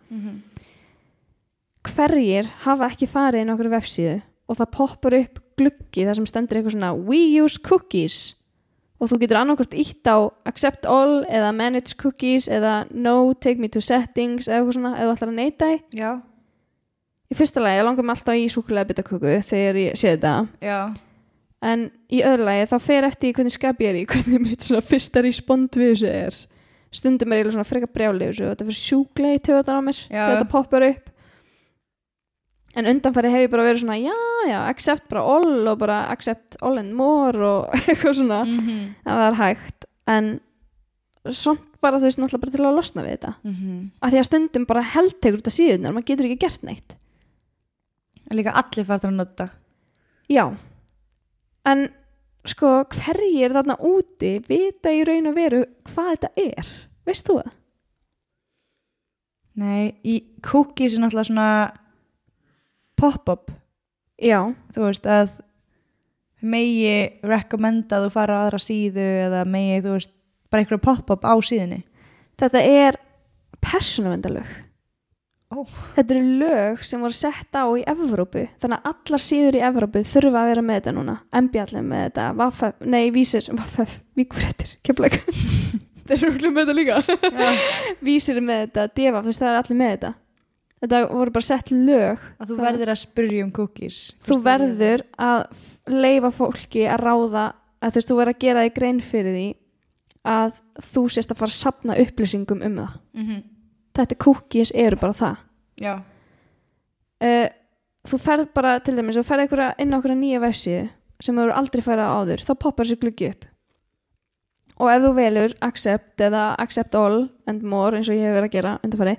Hverjir hafa ekki farið inn á okkur vefsíðu og það poppar upp gluggi þar sem stendur eitthvað svona We use cookies og þú getur annarkvort ítt á accept all eða manage cookies eða no, take me to settings eða eitthvað svona, eða þú ætlar að neyta því Já, í fyrsta lagi, ég langar mig alltaf í súkulega bitaköku þegar ég sé þetta já. en í öðru lagi, þá fer eftir í hvernig skap ég er í, (laughs) hvernig mitt svona fyrsta respond við þessu er stundum er ég svona frekar brjálið þessu og þetta fyrir sjúklega í töðan á mér Já. þegar þetta poppar upp en undanfæri hef ég bara verið svona já, já, accept bara all og (laughs) bara accept all and more og eitthvað svona Mm -hmm. ef það er hægt en samt bara þú veist náttúrulega bara til að losna við þetta mm -hmm. af því að stundum bara heldtegur þetta síðunar maður getur ekki gert neitt Líka allir farðar að nota Já, en sko hverjir þarna úti vita í raun og veru hvað þetta er, veist þú það? Nei, í cookies er náttúrulega svona pop-up Já, þú veist að megi rekommenda að þú fara á aðra síðu eða megi þú veist bara einhverju pop-up á síðinni þetta er persónuvendalög. Ó. Þetta eru lög sem voru sett á í Evrópu, þannig að allar síður í Evrópu þurfa að vera með þetta núna, MBL er með þetta, Vafef, nei, Vísir, Vafef, Víkurettir, (laughs) kemleik. Þeir eru örugglega með þetta líka. Vísir er með þetta, Devaf, þú veist, það er allir með þetta. Þetta voru bara sett lög. að þú Þannig- verður að spyrja um cookies þú verður að leifa fólki að ráða að þú veist, þú verður að gera þig grein fyrir því að þú sérst að fara að sapna upplýsingum um það. mm -hmm. Þetta cookies eru bara það. Já, Uh, þú ferð bara, til dæmis, þú ferð einhverja inn á einhverja nýja vefsíðu sem þú eru aldrei færa áður, þá poppar þessi gluggi upp. Og ef þú velur accept eða accept all and more eins og ég hef verið að gera undarfæri,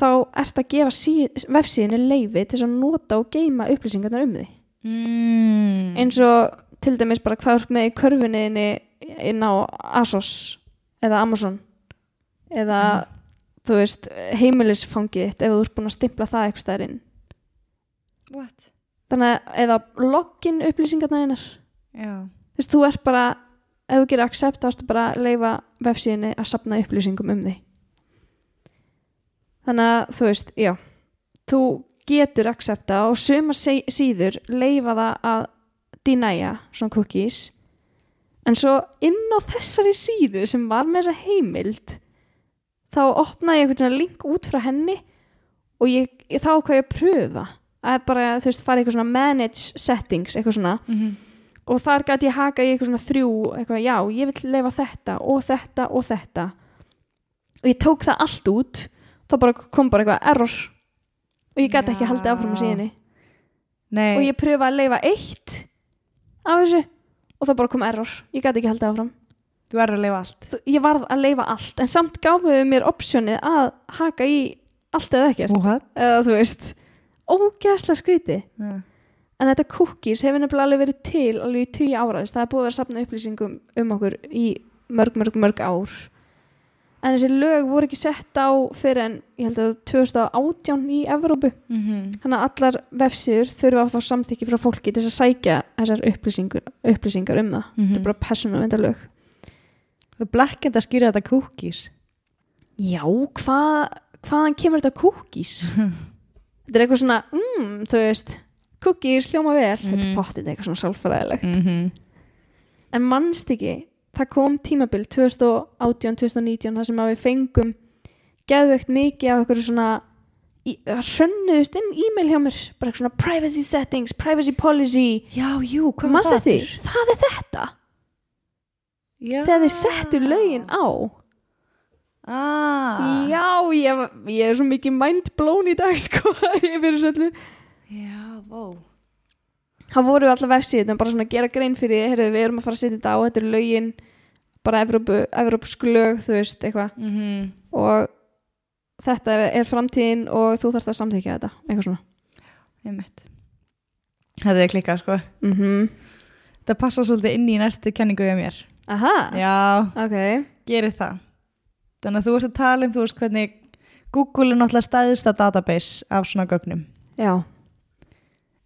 þá ert að gefa sí, vefsíðinu leifi til þess að nota og geima upplýsingarnar um því. mm. eins og til dæmis bara hvað er með í körfunni inni, inn á Asos eða Amazon eða þú veist heimilisfangið þitt ef þú ert búin að stimpla það eitthvað stær inn What? þannig að eða login upplýsingarna einar Já, þú veist þú ert bara ef þú gerir accept þá ertu bara að leifa vefsíðinni að sapna upplýsingum um því þannig að þú veist, já þú getur accepta og suma se- síður leifa það að dynæja svona cookies en svo inn á þessari síðu sem var með þessa heimild þá opnaði ég einhvern svona link út frá henni og ég, ég þá hvað ég að pröfa að bara, þú veist, fara í eitthvað svona manage settings, eitthvað svona og þar gæti ég haka í eitthvað svona þrjú eitthvað, já, ég vil leifa þetta og þetta og þetta og ég tók það allt út þá bara kom bara eitthvað error og ég gæti ekki Já. haldið áfram á síðinni nei og ég pröfa að leifa eitt af þessu og þá bara kom error, ég gæti ekki haldið áfram þú verður að lifa allt Þú- ég varð að leifa allt, en samt gáfuðu mér optionið að haka í allt eða ekkert, What? eða þú veist ógeðslega skríti Já. en þetta cookies hefur nefnilega alveg verið til alveg í tíu ára, þess, það er búið að vera safna upplýsingum um okkur í mörg, mörg, mörg ár en þessi lög voru ekki sett á fyrir en ég held að 2018 í Evrópu Mm þannig að allar vefsíður þurfa að fá samþykki frá fólki til þess að sækja þessar upplýsingar, upplýsingar um það þetta er bara persónuvendalög Það er blekkend að skýra þetta cookies já, hvað, hvaðan kemur þetta cookies? (laughs) þetta er eitthvað svona, mm, þú veist cookies hljóma vel, þetta er pottið eitthvað svona sálfræðilegt mm -hmm. en mannst ekki það kom tímabil 2018-2019 þar sem að við fengum geðveikt mikið af einhverju svona í- hrönnuðust inn e-mail hjá mér bara eitthvað svona privacy settings, privacy policy Já, jú, hvað mannst þetta? Það er þetta Já. þegar þið settu lögin á ah. já, ég, ég er svo mikið mind blown í dag (laughs) sko yfir þessu öllu Já, vó það voru alltaf vefsíðin bara svona að gera grein fyrir því, heyrðu, við erum að fara að setja þetta á þetta er lögin, bara Evrópu, Evrópsk lög, þú veist, eitthvað mm og þetta er framtíðin og þú þarft að samþykja þetta eitthvað svona Einmitt. Það er klikkað sko. mm Það passa svolítið inn í næstu kenningu við mér. aha, Já, ok gerir það. Þannig að þú ert að tala um, þú veist hvernig Google er náttúrulega stæðista database af svona gögnum. já.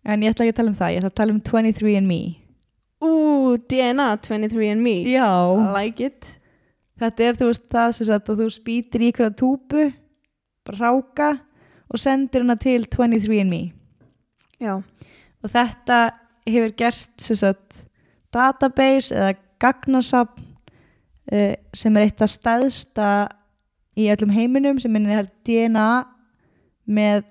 En ég ætla ekki að tala um það, ég ætla að tala um 23andMe. ú, DNA 23andMe Já. I like it Þetta er, þú veist, það sem sagt að þú spýtir í hverja túpu, bara ráka og sendir hana til 23andMe. já, og þetta hefur gert sem sagt, database eða gagnasafn uh, sem er eitt að stæðsta í öllum heiminum sem minnir held DNA með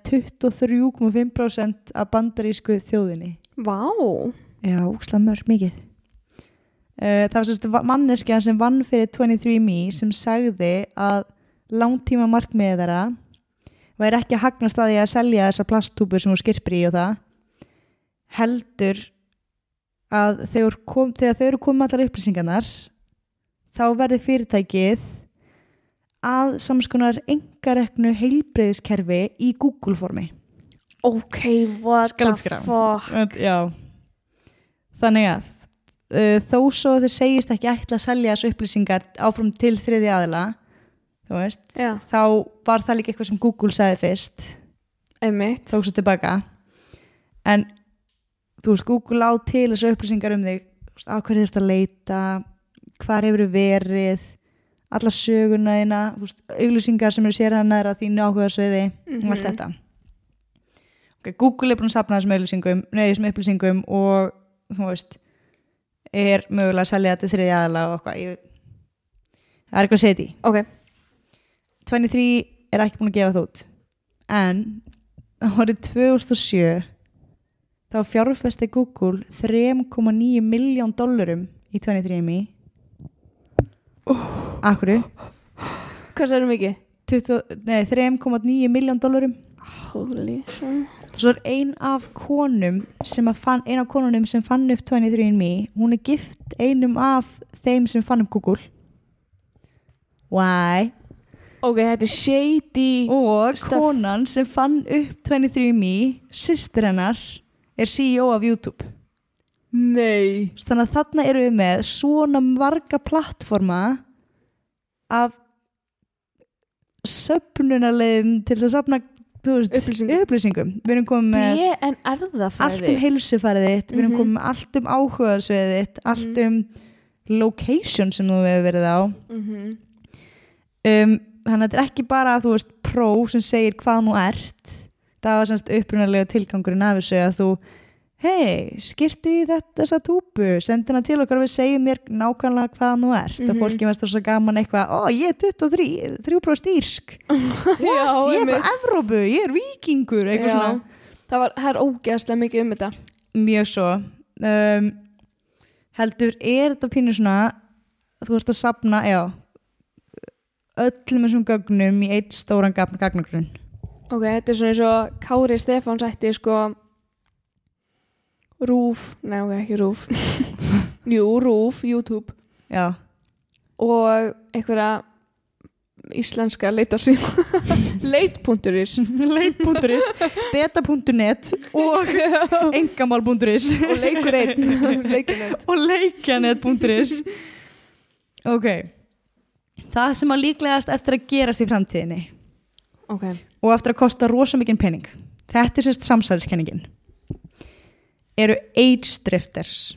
23,5% af bandarísku þjóðinni vá Já, úkslega mörg mikið uh, Það var sérst manneskja sem vann fyrir 23me sem sagði að langtíma markmiðið þeirra væri ekki að hagnast að því að selja þessa plasttúpur sem hún skirpir í og það heldur að þegar, kom, þegar þau eru komið allar upplýsingarnar þá verði fyrirtækið að samskonar engareknu heilbreyðiskerfi í Google-formi. Ok, what Skal the útskýra. fuck Öll- Já. Þannig að uh, þó svo þau segist ekki ætla að selja þessu upplýsingar áfram til þriði aðila, þú veist, Já, þá var það líka eitthvað sem Google sagði fyrst, einmitt tók svo tilbaka. En þú veist, Google á til þessu upplýsingar um þig, þú veist, á hverju þurftu að leita, hvar hefur verið, alla söguna þína, þú veist, auglýsingar sem eru sér hann næra þínu áhugaðsviði og allt þetta. Okay, Google er búin að sapna þessum auglýsingum, nei, þessum upplýsingum og þú veist, er mögulega að selja þetta þriðja aðla og eitthvað. Ég, það er eitthvað að segja því. Ok, 23 er ekki búin að gefa það út. En árið 2007 þá fjárfesti Google 3,9 miljón dollurum í E. 23mi. Akkur? hvað sérum ekki? 3,9 miljón dollurum Holy shit Svo er ein af konum sem að fann, ein af konunum sem fann upp 23andMe, hún er gift einum af þeim sem fann upp Google. Why? Ok, þetta er shady Og Stuff. konan sem fann upp 23andMe, sýstir hennar, er CEO af YouTube. Nei Svo Þannig að þarna eru við með svona marga plattforma af söpnunarlegin til þess að sapna þú veist, Upplýsingum. upplýsingum. Við erum komið með... Ég en erðafræði allt um heilsufærið þitt, við erum Mhm. komið með allt um áhugaðsveið þitt, allt um location sem þú hefur verið á Mhm. um, þannig að þetta er ekki bara að þú veist pró sem segir hvað nú ert það var semst upprunalega tilgangurinn af þessu að þú hei, skirtu í þetta þessa túpu sendi hana til okkar og við segjum mér nákvæmlega hvað nú ert Mhm. og fólki veist það svo gaman eitthvað, ó ég er 23 3% írsk, Já, ég er einmitt. frá Evrópu ég er vikingur, eitthvað Já. svona Það var, það er ógeðslega mikið um þetta mjög svo um, heldur er þetta pínu svona þú ert að sapna já, öllum þessum gögnum í eitt stóran gagn- gagnagrunn Ok, þetta er svona eins og Kári Stefán sætti sko Rúf, nei ok, ekki (laughs) Rúf Jú, Rúf, YouTube já, og einhverja íslenska leitarsým (laughs) leit.is leit.is beta.net og engamál.is og leikur (laughs) einn leikur einn og leikjanet.is ok það sem að líklegast eftir að gerast í framtíðinni Ok, og eftir að kosta rosa mikinn pening þetta er sérst samsæðiskenningin eru age drifters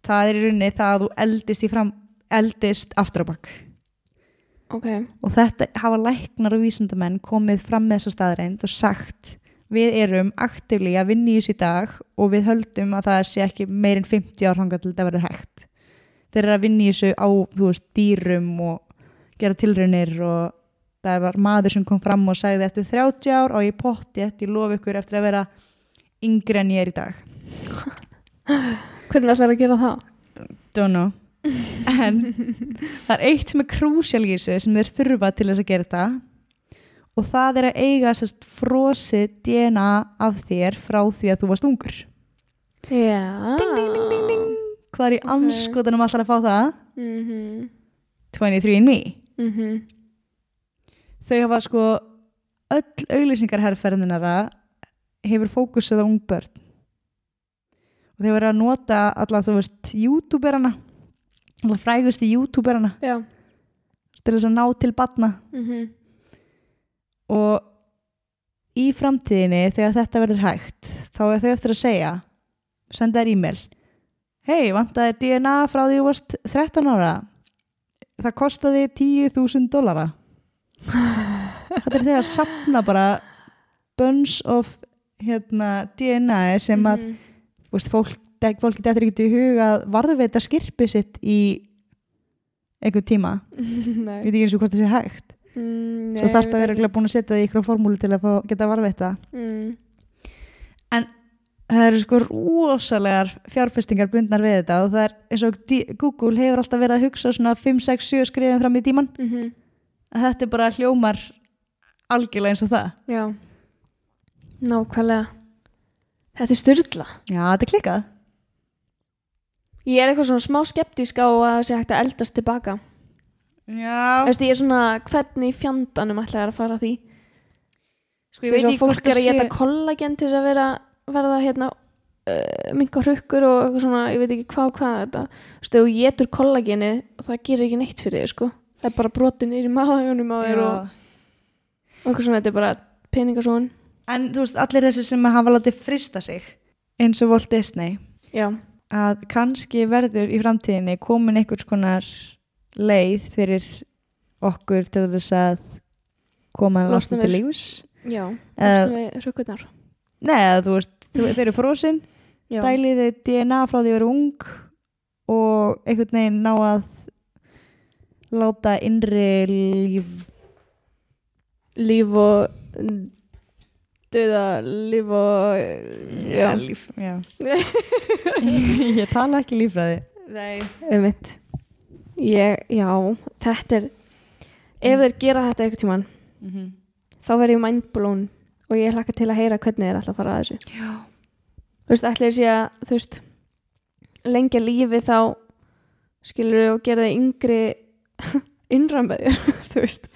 það er í rauninni það að þú eldist í fram eldist aftur á bakk ok, og þetta hafa læknar og vísindamenn komið fram með þessa staðreind og sagt við erum aktivli að vinna í þessu í dag og við höldum að það sé ekki meirinn 50 ár hanga til þetta verður hægt þeir eru að vinna í þessu á þú veist, dýrum og gera tilraunir og það var maður sem kom fram og sagði eftir 30 ár og ég potti þetta, ég lofi ykkur eftir að vera yngri en ég er í dag hvernig ætlar að gera það? don't know en það er eitt sem er krúsjál í þessu sem þeir þurfa til þess að gera þetta og það er að eiga sérst frosið DNA af þér frá því að þú varst ungur Já ding, ding, ding, ding, ding. hvað er í anskotanum allar að fá það? mm -hmm. 23andMe Mm -hmm. þau hafa sko öll auglýsingarherrferðinara hefur fókusið á ungbörn og þau verið að nota alla þú veist youtuberana alla frægustu youtuberana Já til þess að ná til batna mm og í framtíðinni þegar þetta verður hægt þá er þau eftir að segja senda þér e-mail hei, vantaði DNA frá því þú varst 13 ára það kostaði 10.000 dollara þetta er þegar að sapna bara bunch of hérna, DNA sem að Mhm. þú veist, fólk, fólk getur ekkert í huga að varðveita skirpi sitt í einhvern tíma ég Mhm. (laughs) Nei veit ekki eins og hvort það sé hægt Mm, Svo nei, þarf ég það að veit vera ekki. örugglega búin að setja það í ykkur formúlu til að fá, geta varveita. Mm. Það eru sko rosalegar fjárfestingar bundnar við þetta og það er eins og D- Google hefur alltaf verið að hugsa svona 5, 6, 7 skrifin fram í tíman. Mhm. að Þetta er bara hljómar algjörlega eins og það. Já Nákvæmlega Þetta er styrla Já, þetta er klikkað. Ég er eitthvað svona smá skeptísk á að það sé hægt að eldast tilbaka Já, Veistu, ég er svona, hvernig í fjandanum ætla ég að fara að því? sko, Þú veist, að fólk er að geta kollagen til þess að vera, verða hérna, uh, minka hrukkur og eitthvað svona, ég veit ekki hvað og hvað þetta. Þú veist, ef þú getur kollageni, það gerir ekki neitt fyrir þig, sko. Það er bara brotin í maðugunum á þér og, og eitthvað svona, þetta er bara peningasón. En þú veist, allir þessi sem hafa látið frista sig eins og Walt Disney Já, að kannski verður í framtíðinni komin einhvers konar leið fyrir okkur til þess að koma um Losna ástum til við- lífs já, Eh, það er hrukkurnar. Nei, eða þú veist, þú- þeir eru frósin Já, dælið þau DNA frá því að vera ung og einhvern veginn ná að láta innri líf líf og döða, líf og, já, líf já. (laughs) ég tala ekki lífræði (laughs) Nei, einmitt ég, Já, þetta er Ef þeir gera þetta einhvern tímann Mhm. þá verð ég mindblown og ég hlakka til að heyra hvernig þeir ætla að fara að þessu já. Þú veist, ætla þeir sé að, þú veist lengja lífi þá skilur við og gera þeir yngri (laughs) innra með þér (laughs) þú veist,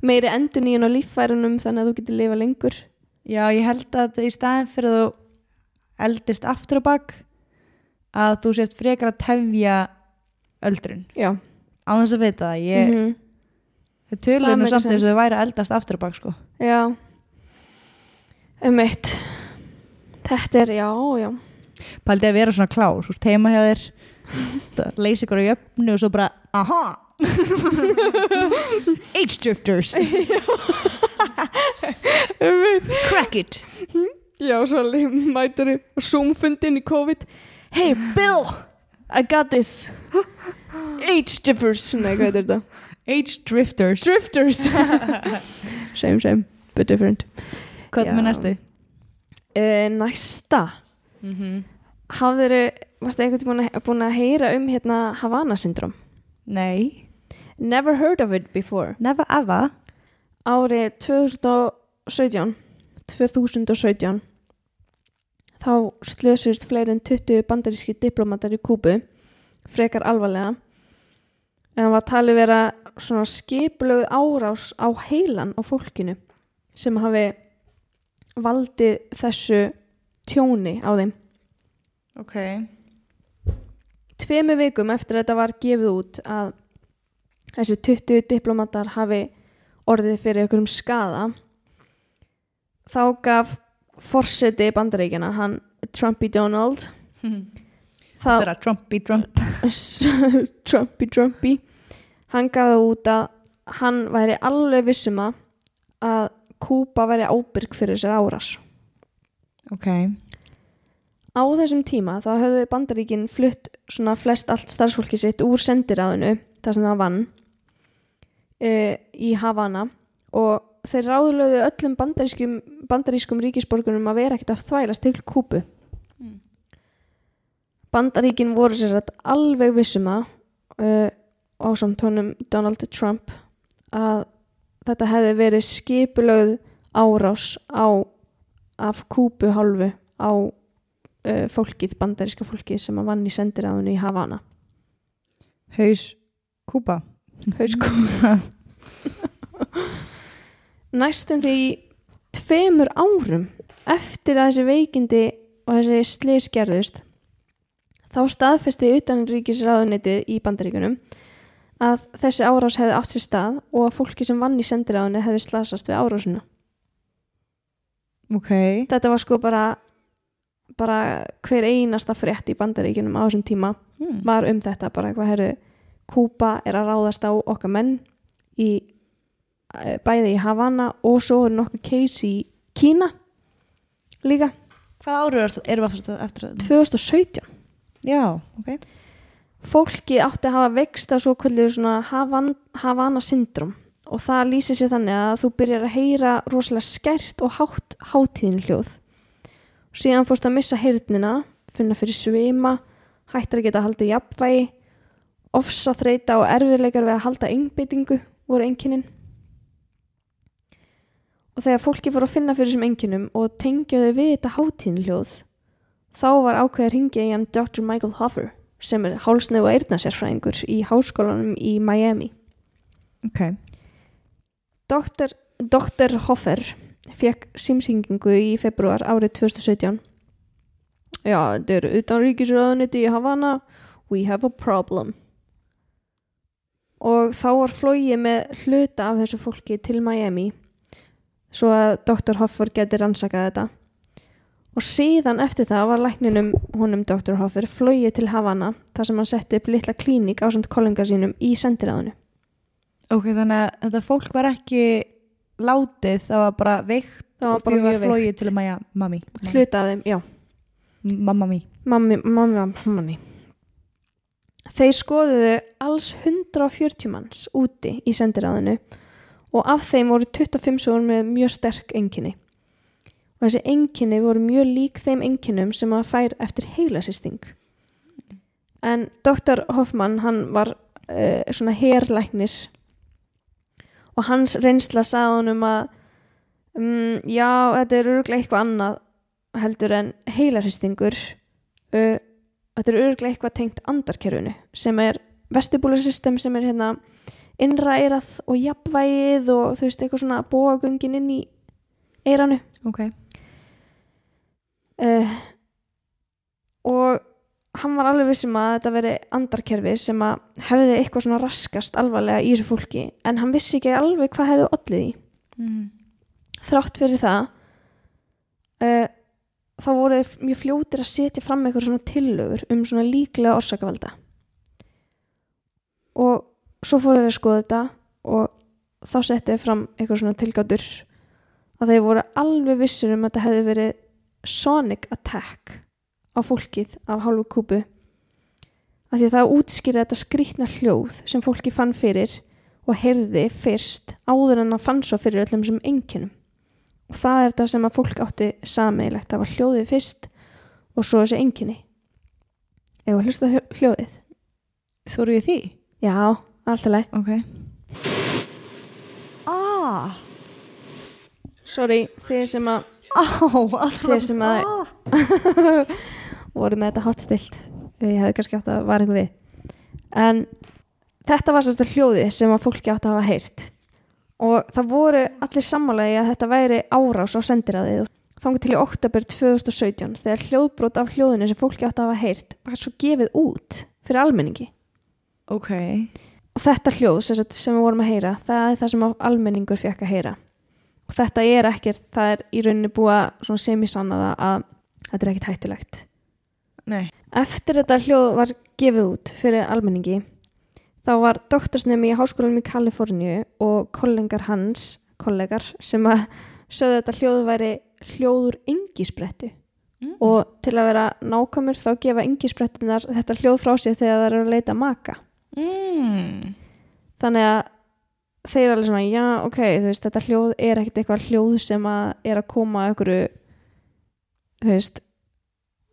meiri endur nýjan á líffærunum þannig að þú getur lifa lengur já, ég held að í staðin fyrir að þú eldist aftur á bak að þú sért frekar að tefja öldrun Já, á þess að vita það ég, mm Mhm. -hmm. Það tölur nú meikar samt eins sens. og þau væri að eldast aftur á bak sko. já einmitt Þetta er, já, já pældi að vera svona klár, þú veist, heima hjá (laughs) þér það leysi ykkur á jöfnu og svo bara, aha (laughs) age drifters crack it Já, svo mætur við Zoom-fundin í COVID Hey Bill, I got this Age dippers Nei, hvað er þetta? age drifters Drifters (laughs) Same, same, but different hvað er með Já. næstu? uh, Næsta Mhm. Hafðir, varstu eitthvað búin að, búin að heyra um hérna Havana-syndrom nei, Never heard of it before never ever Árið 2017 2017 þá slösust fleiri en 20 bandaríski diplomatar í Kúbu frekar alvarlega en var talið vera svona skiplögð árás á heilan á fólkinu sem hafi valdið þessu tjóni á þeim ok, tveimu vikum eftir að þetta var gefið út að þessi 20 diplomatar hafi orðið fyrir einhverjum skada þá gaf forseti bandaríkjana hann Trumpy Donald það þá er að Trump be Trump (laughs) Trumpy Trumpy hann gaf það út að hann væri alveg vissum að Kúpa væri ábyrg fyrir þessar árás ok, Á þessum tíma þá höfðu bandaríkin flutt svona flest allt starfsfólki sitt úr sendiráðinu, þar sem það vann, e, í Havana og þeir ráðlöðu öllum bandarískum, bandarískum ríkisborgunum að vera ekkert að þvælast til Kúbu. Bandaríkin voru sér að alveg vissum að e, á samtónum Donald Trump að þetta hefði verið skipulögð árás á af Kúbu hálfu á uh, fólkið, bandaríska fólkið sem að vann í sendiráðinu í Havana haus kúpa Hauðskó Næstum því tveimur árum eftir að þessi veikindi og þessi slis gerðust þá staðfesti utanríkisráðunitið í bandaríkunum að þessi árás hefði átt sér stað og að fólki sem vann í sendiráðinu hefði slasast við árásina ok, þetta var sko bara bara hver einasta frétt í bandaríkjunum á þessum tíma Hmm. var um þetta bara eitthvað herru Kúpa er að ráðast á okkar menn í eh, bæði í Havana og svo eru nokkuð case í Kína líka hvað áru erum við aftur- eftir að 2017 já, ok fólki átti að hafa vext á svo kvöldu svona Havan, Havana syndrom og það lýsir sér þannig að þú byrjar að heyra rosalega skert og hátt hátíðin hljóð síðan fórst að missa heyrnina finna fyrir svima, hættar að geta að halda jafnvægi ofsa þreita og erfiðleikar við að halda einbyttingu voru einkennin og þegar fólki fór að finna fyrir þessum einkennum og tengja þau við þetta hátíðin hljóð þá var ákveðið að ringja í hann Dr. Michael Hoffer sem er hálsnef og eyrnasérfræðingur í háskólanum í Miami ok, Dr. Dr. Hoffer fekk símsingingu í februar árið 2017 Já, þetta eru utan ríkisröðuniti í Havana We have a problem og þá var flóið með hluta af þessu fólki til Miami svo að Dr. Hoffer geti rannsakað þetta og síðan eftir það var lækninum honum Dr. Hoffer flóið til Havana þar sem hann setti upp litla klínik ásand kollinga sínum í sendiráðinu ok, þannig að þetta fólk var ekki látið, það var bara veikt Það var og bara því mjög var veikt. flóið til maja, mami hluta af þeim, já mamma mí, Mammi, mammi, mammi. Þeir skoðuðu alls 140 manns úti í sendiráðinu og af þeim voru 25 sem voru með mjög sterk enginni. Og þessi enginni voru mjög lík þeim enginnum sem að fær eftir heilasýsting. En Dr. Hoffmann, hann var uh, svona herlæknir og hans reynsla sagði honum að um, já, þetta er örglega eitthvað annað heldur en heilarhristingur uh, þetta er örglega eitthvað tengt andarkerfinu sem er vestibúlarsystem sem er hérna innræðað og jafnvægið og þú veist eitthvað svona bóagöngin inn í eiranu ok uh, og hann var alveg vissum að þetta veri andarkerfi sem að hefði eitthvað svona raskast alvarlega í þessu fólki en hann vissi ekki alveg hvað hefði ollið í mm. þrátt fyrir það uh, þá voru þeir mjög fljótir að setja fram eitthvað svona tillögur um svona líklega orsakavalda og svo fóru þeir að skoða þetta og þá settu þeir fram eitthvað svona tilgátur að þeir voru alveg vissir um að þetta hefði verið sonic attack á fólkið af hálfu kúbu af því að það útskýrði þetta skrýtna hljóð sem fólki fann fyrir og heyrði fyrst áður en að fann svo fyrir öllum sem enginum og það er þetta sem að fólk átti sameigilegt það var hljóðið fyrst og svo þessi enginni eða hlusta á hljó- hljóðið þú eru ég því? já, alltaf leið ok aaa sorry, þeir sem að Á, Þeir sem að- (laughs) voru með þetta hotstilt ég hefði kannski átt að vara einhver við en þetta var sérst hljóðið sem að fólki átti að hafa heyrt og það voru allir sammálegi að þetta væri árás á sendiræðið þangur til í oktober 2017 þegar hljóðbrot af hljóðinu sem fólki átti að hafa heyrt var svo gefið út fyrir almenningi Ok, og þetta hljóð sem, sagt, sem við vorum að heyra það er það sem að almenningur fekk að heyra og þetta er ekkert, það er í rauninni búið að semisanna það að þetta er ekkert hættulegt nei eftir þetta hljóð var gefið út fyrir almenningi þá var doktorsnemi í háskólanum í Kaliforníu og kollegar hans kollegar sem að sögðu að þetta hljóð væri hljóður engisbrettu Mm. og til að vera nákvæmur þá gefa engisbrettunar þetta hljóð frá sér þegar það eru að leita maka mm. þannig að þeir eru alveg svona, já, ok, þú veist, þetta hljóð er ekkert eitthvað hljóð sem að er að koma einhverju, þú veist,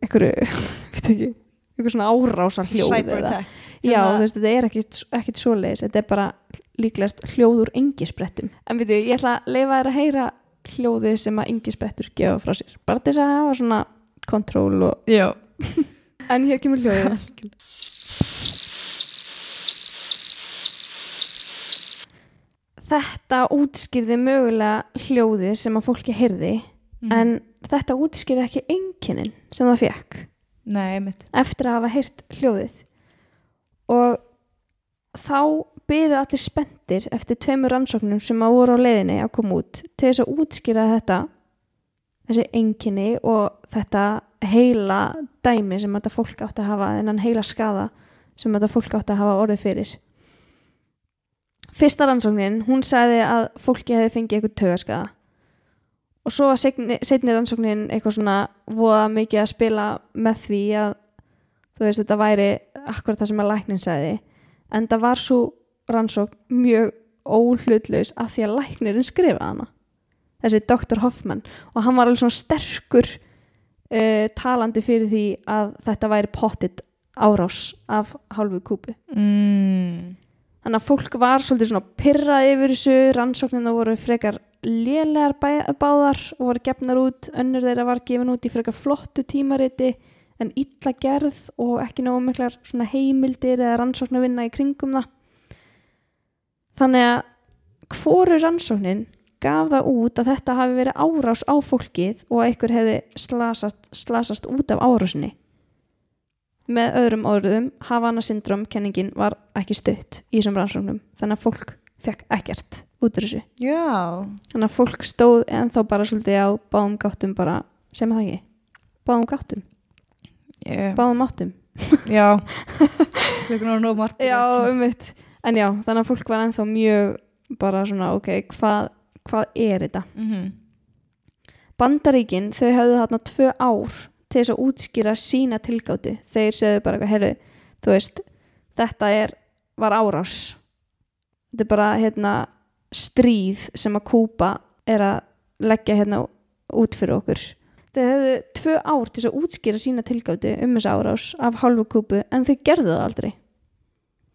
einhverju, (laughs) veit ekki, einhverju svona árása hljóð Cyber attack Já, Hérna- þú veist, þetta er ekkit, ekkit svoleiðis, þetta er bara líklegast hljóður engisbrettum. En veitu, ég ætla að leifa þér að heyra hljóðið sem að engisbrettur gefa frá sér. Bara til þess að hafa svona kontról og... Já En hér kemur (laughs) hljóðið. Mm. þetta útskýrði mögulega hljóðið sem að fólki heyrði en þetta útskýrði ekki einkennin sem það fekk Nei, mitt eftir að hafa heyrt hljóðið og þá byðu allir spenntir eftir tveimur rannsóknum sem að voru á leiðinni að koma út til þess að útskýra þetta þessi enginni og þetta heila dæmi sem þetta fólk átti að hafa þennan heila skada sem þetta fólk átti að hafa orðið fyrir Fyrsta rannsóknin, hún sagði að fólki hefði fengið eitthvað tögaskada og svo var seinni seinni rannsóknin eitthvað svona voða mikið að spila með því að þú veist þetta væri akkurat það sem að læknin sagði en það var svo rannsókn mjög óhlutlaus af því að læknirinn skrifaði hana þessi Dr. Hoffman og hann var alveg svona sterkur uh, talandi fyrir því að þetta væri pottit árás af hálfu kúpu mm. þannig að fólk var svolítið svona pyrrað yfir þessu, rannsóknina voru frekar lélegar bæ- báðar og voru gefnar út, önnur þeirra var gefin út í frekar flottu tímariti en illa gerð og ekki náum miklar svona heimildir eða rannsóknarvinna í kringum það þannig að hvoru rannsóknin gaf það út að þetta hafi verið árás á fólkið og að einhver hefði slasast, slasast út af árásinni með öðrum orðum Havana syndrom kenningin var ekki stutt í þessum rannsóknum þannig að fólk fekk ekkert út úr þessu Já. þannig að fólk stóð ennþá bara svolítið á báðum gáttum bara sem það ekki báðum gáttum, Yeah. báðum áttum Já. (laughs) Klukkan var nóg margt. Já, um mitt. En já, þannig að fólk var ennþá mjög bara svona, ok, hvað, hvað er þetta? Mm Bandaríkin, þau höfðu þarna tvö ár til þess að útskýra sína tilgátu. Þeir segðu bara, eitthvað, heyrðu, þú veist, þetta er, var árás. Þetta er bara, hérna, stríð sem að Kúpa er að leggja hérna út fyrir okkur. Þau höfðu tvö ár til þess að útskýra sína tilgátu um þessa árás af hálfu Kúpu, en þau gerðu það aldrei.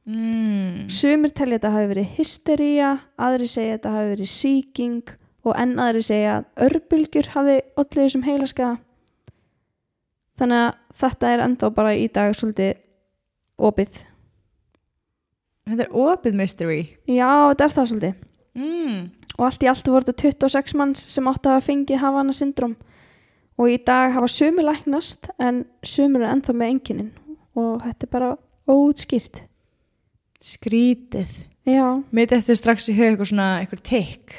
Mm. Sumir telja þetta hafi verið hystería, aðri segja þetta hafi verið sýking og enn aðri segja að örbylgjur hafi allir þessum heilaskaða. Þannig að þetta er ennþá bara í dag svolítið opið. Þetta er opið mystery. Já, þetta er það svolítið. Mm. Og allt í allt voru þetta 26 manns sem áttu að hafa fengið Havana syndrom. Og í dag hafa sumir læknast en sumir er ennþá með enginin. Og þetta er bara óutskýrt. Skrítið. Já, Mér þetta strax í hug eitthvað svona, eitthvað tikk.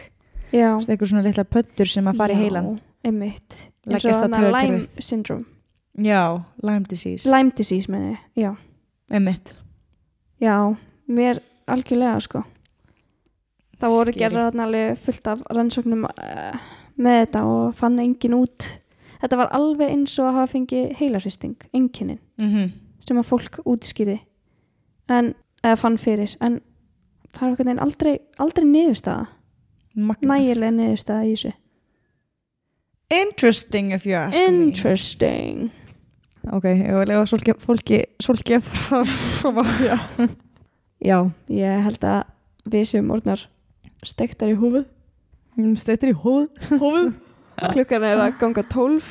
já. Eitthvað svona litla pöttur sem að fara í Já, heilan. einmitt, eins og Leggjast á þannig að Lyme taugakerfið. syndrom Já, Lyme disease. Lyme disease meni, já Emmett. já, mér algjörlega sko það voru Skeri. gerðar þarna alveg fullt af rannsóknum uh, með þetta og fann engin út þetta var alveg eins og að hafa fengið heilarhristing, enginin Mm sem að fólk útskýrði en, eða fann fyrir en það er einhvern veginn aldrei, aldrei niðurstaða, nægilega niðurstaða í þessu Interesting if you ask me. Interesting Ok, ég vil efa fólki, fólki, fólki að fara að fara Já, ég held að við séum orðnar stektar í húfuð. Stettir í hóð Hóð Klukkan er að ganga tólf.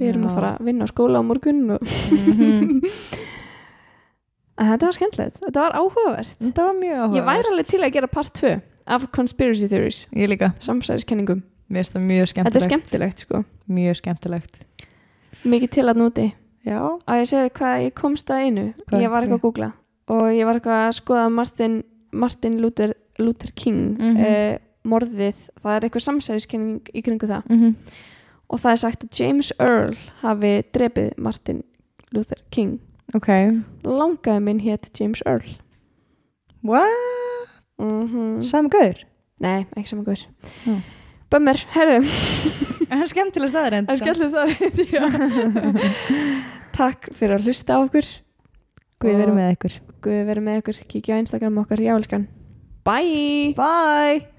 Við erum að fara að vinna á skóla á morgun. Og... Mhm. en þetta var skemmtilegt. Þetta var áhugavert. Þetta var mjög áhuga Ég væri alveg til að gera part 2 af Conspiracy Theories, Ég líka, samsæðiskenningum. mér finnst það mjög Þetta skemmtilegt er skemmtilegt, sko. Mjög skemmtilegt Mikið til að núti. Já Að ég segja þér hvað ég komst að einu. Hvað? Ég var eitthvað að googla og ég var eitthvað að skoða Martin, Martin Luther, Luther King mm Mhm. morðið. Það er eitthvað samsæðiskenning í kringu það. mm -hmm. og það er sagt að James Earl hafi drepið Martin Luther King Ok langaði minn hétt James Earl What? mm Sam Gaur nei, ekki saman guður Já. Bömmir, herru, Það er skemmtileg staðar en skellist það reyndi Takk fyrir að hlusta á okkur Guð verið með ykkur Guð verið með okkur, kíkja á Instagram okkar jálskan Bye! Bye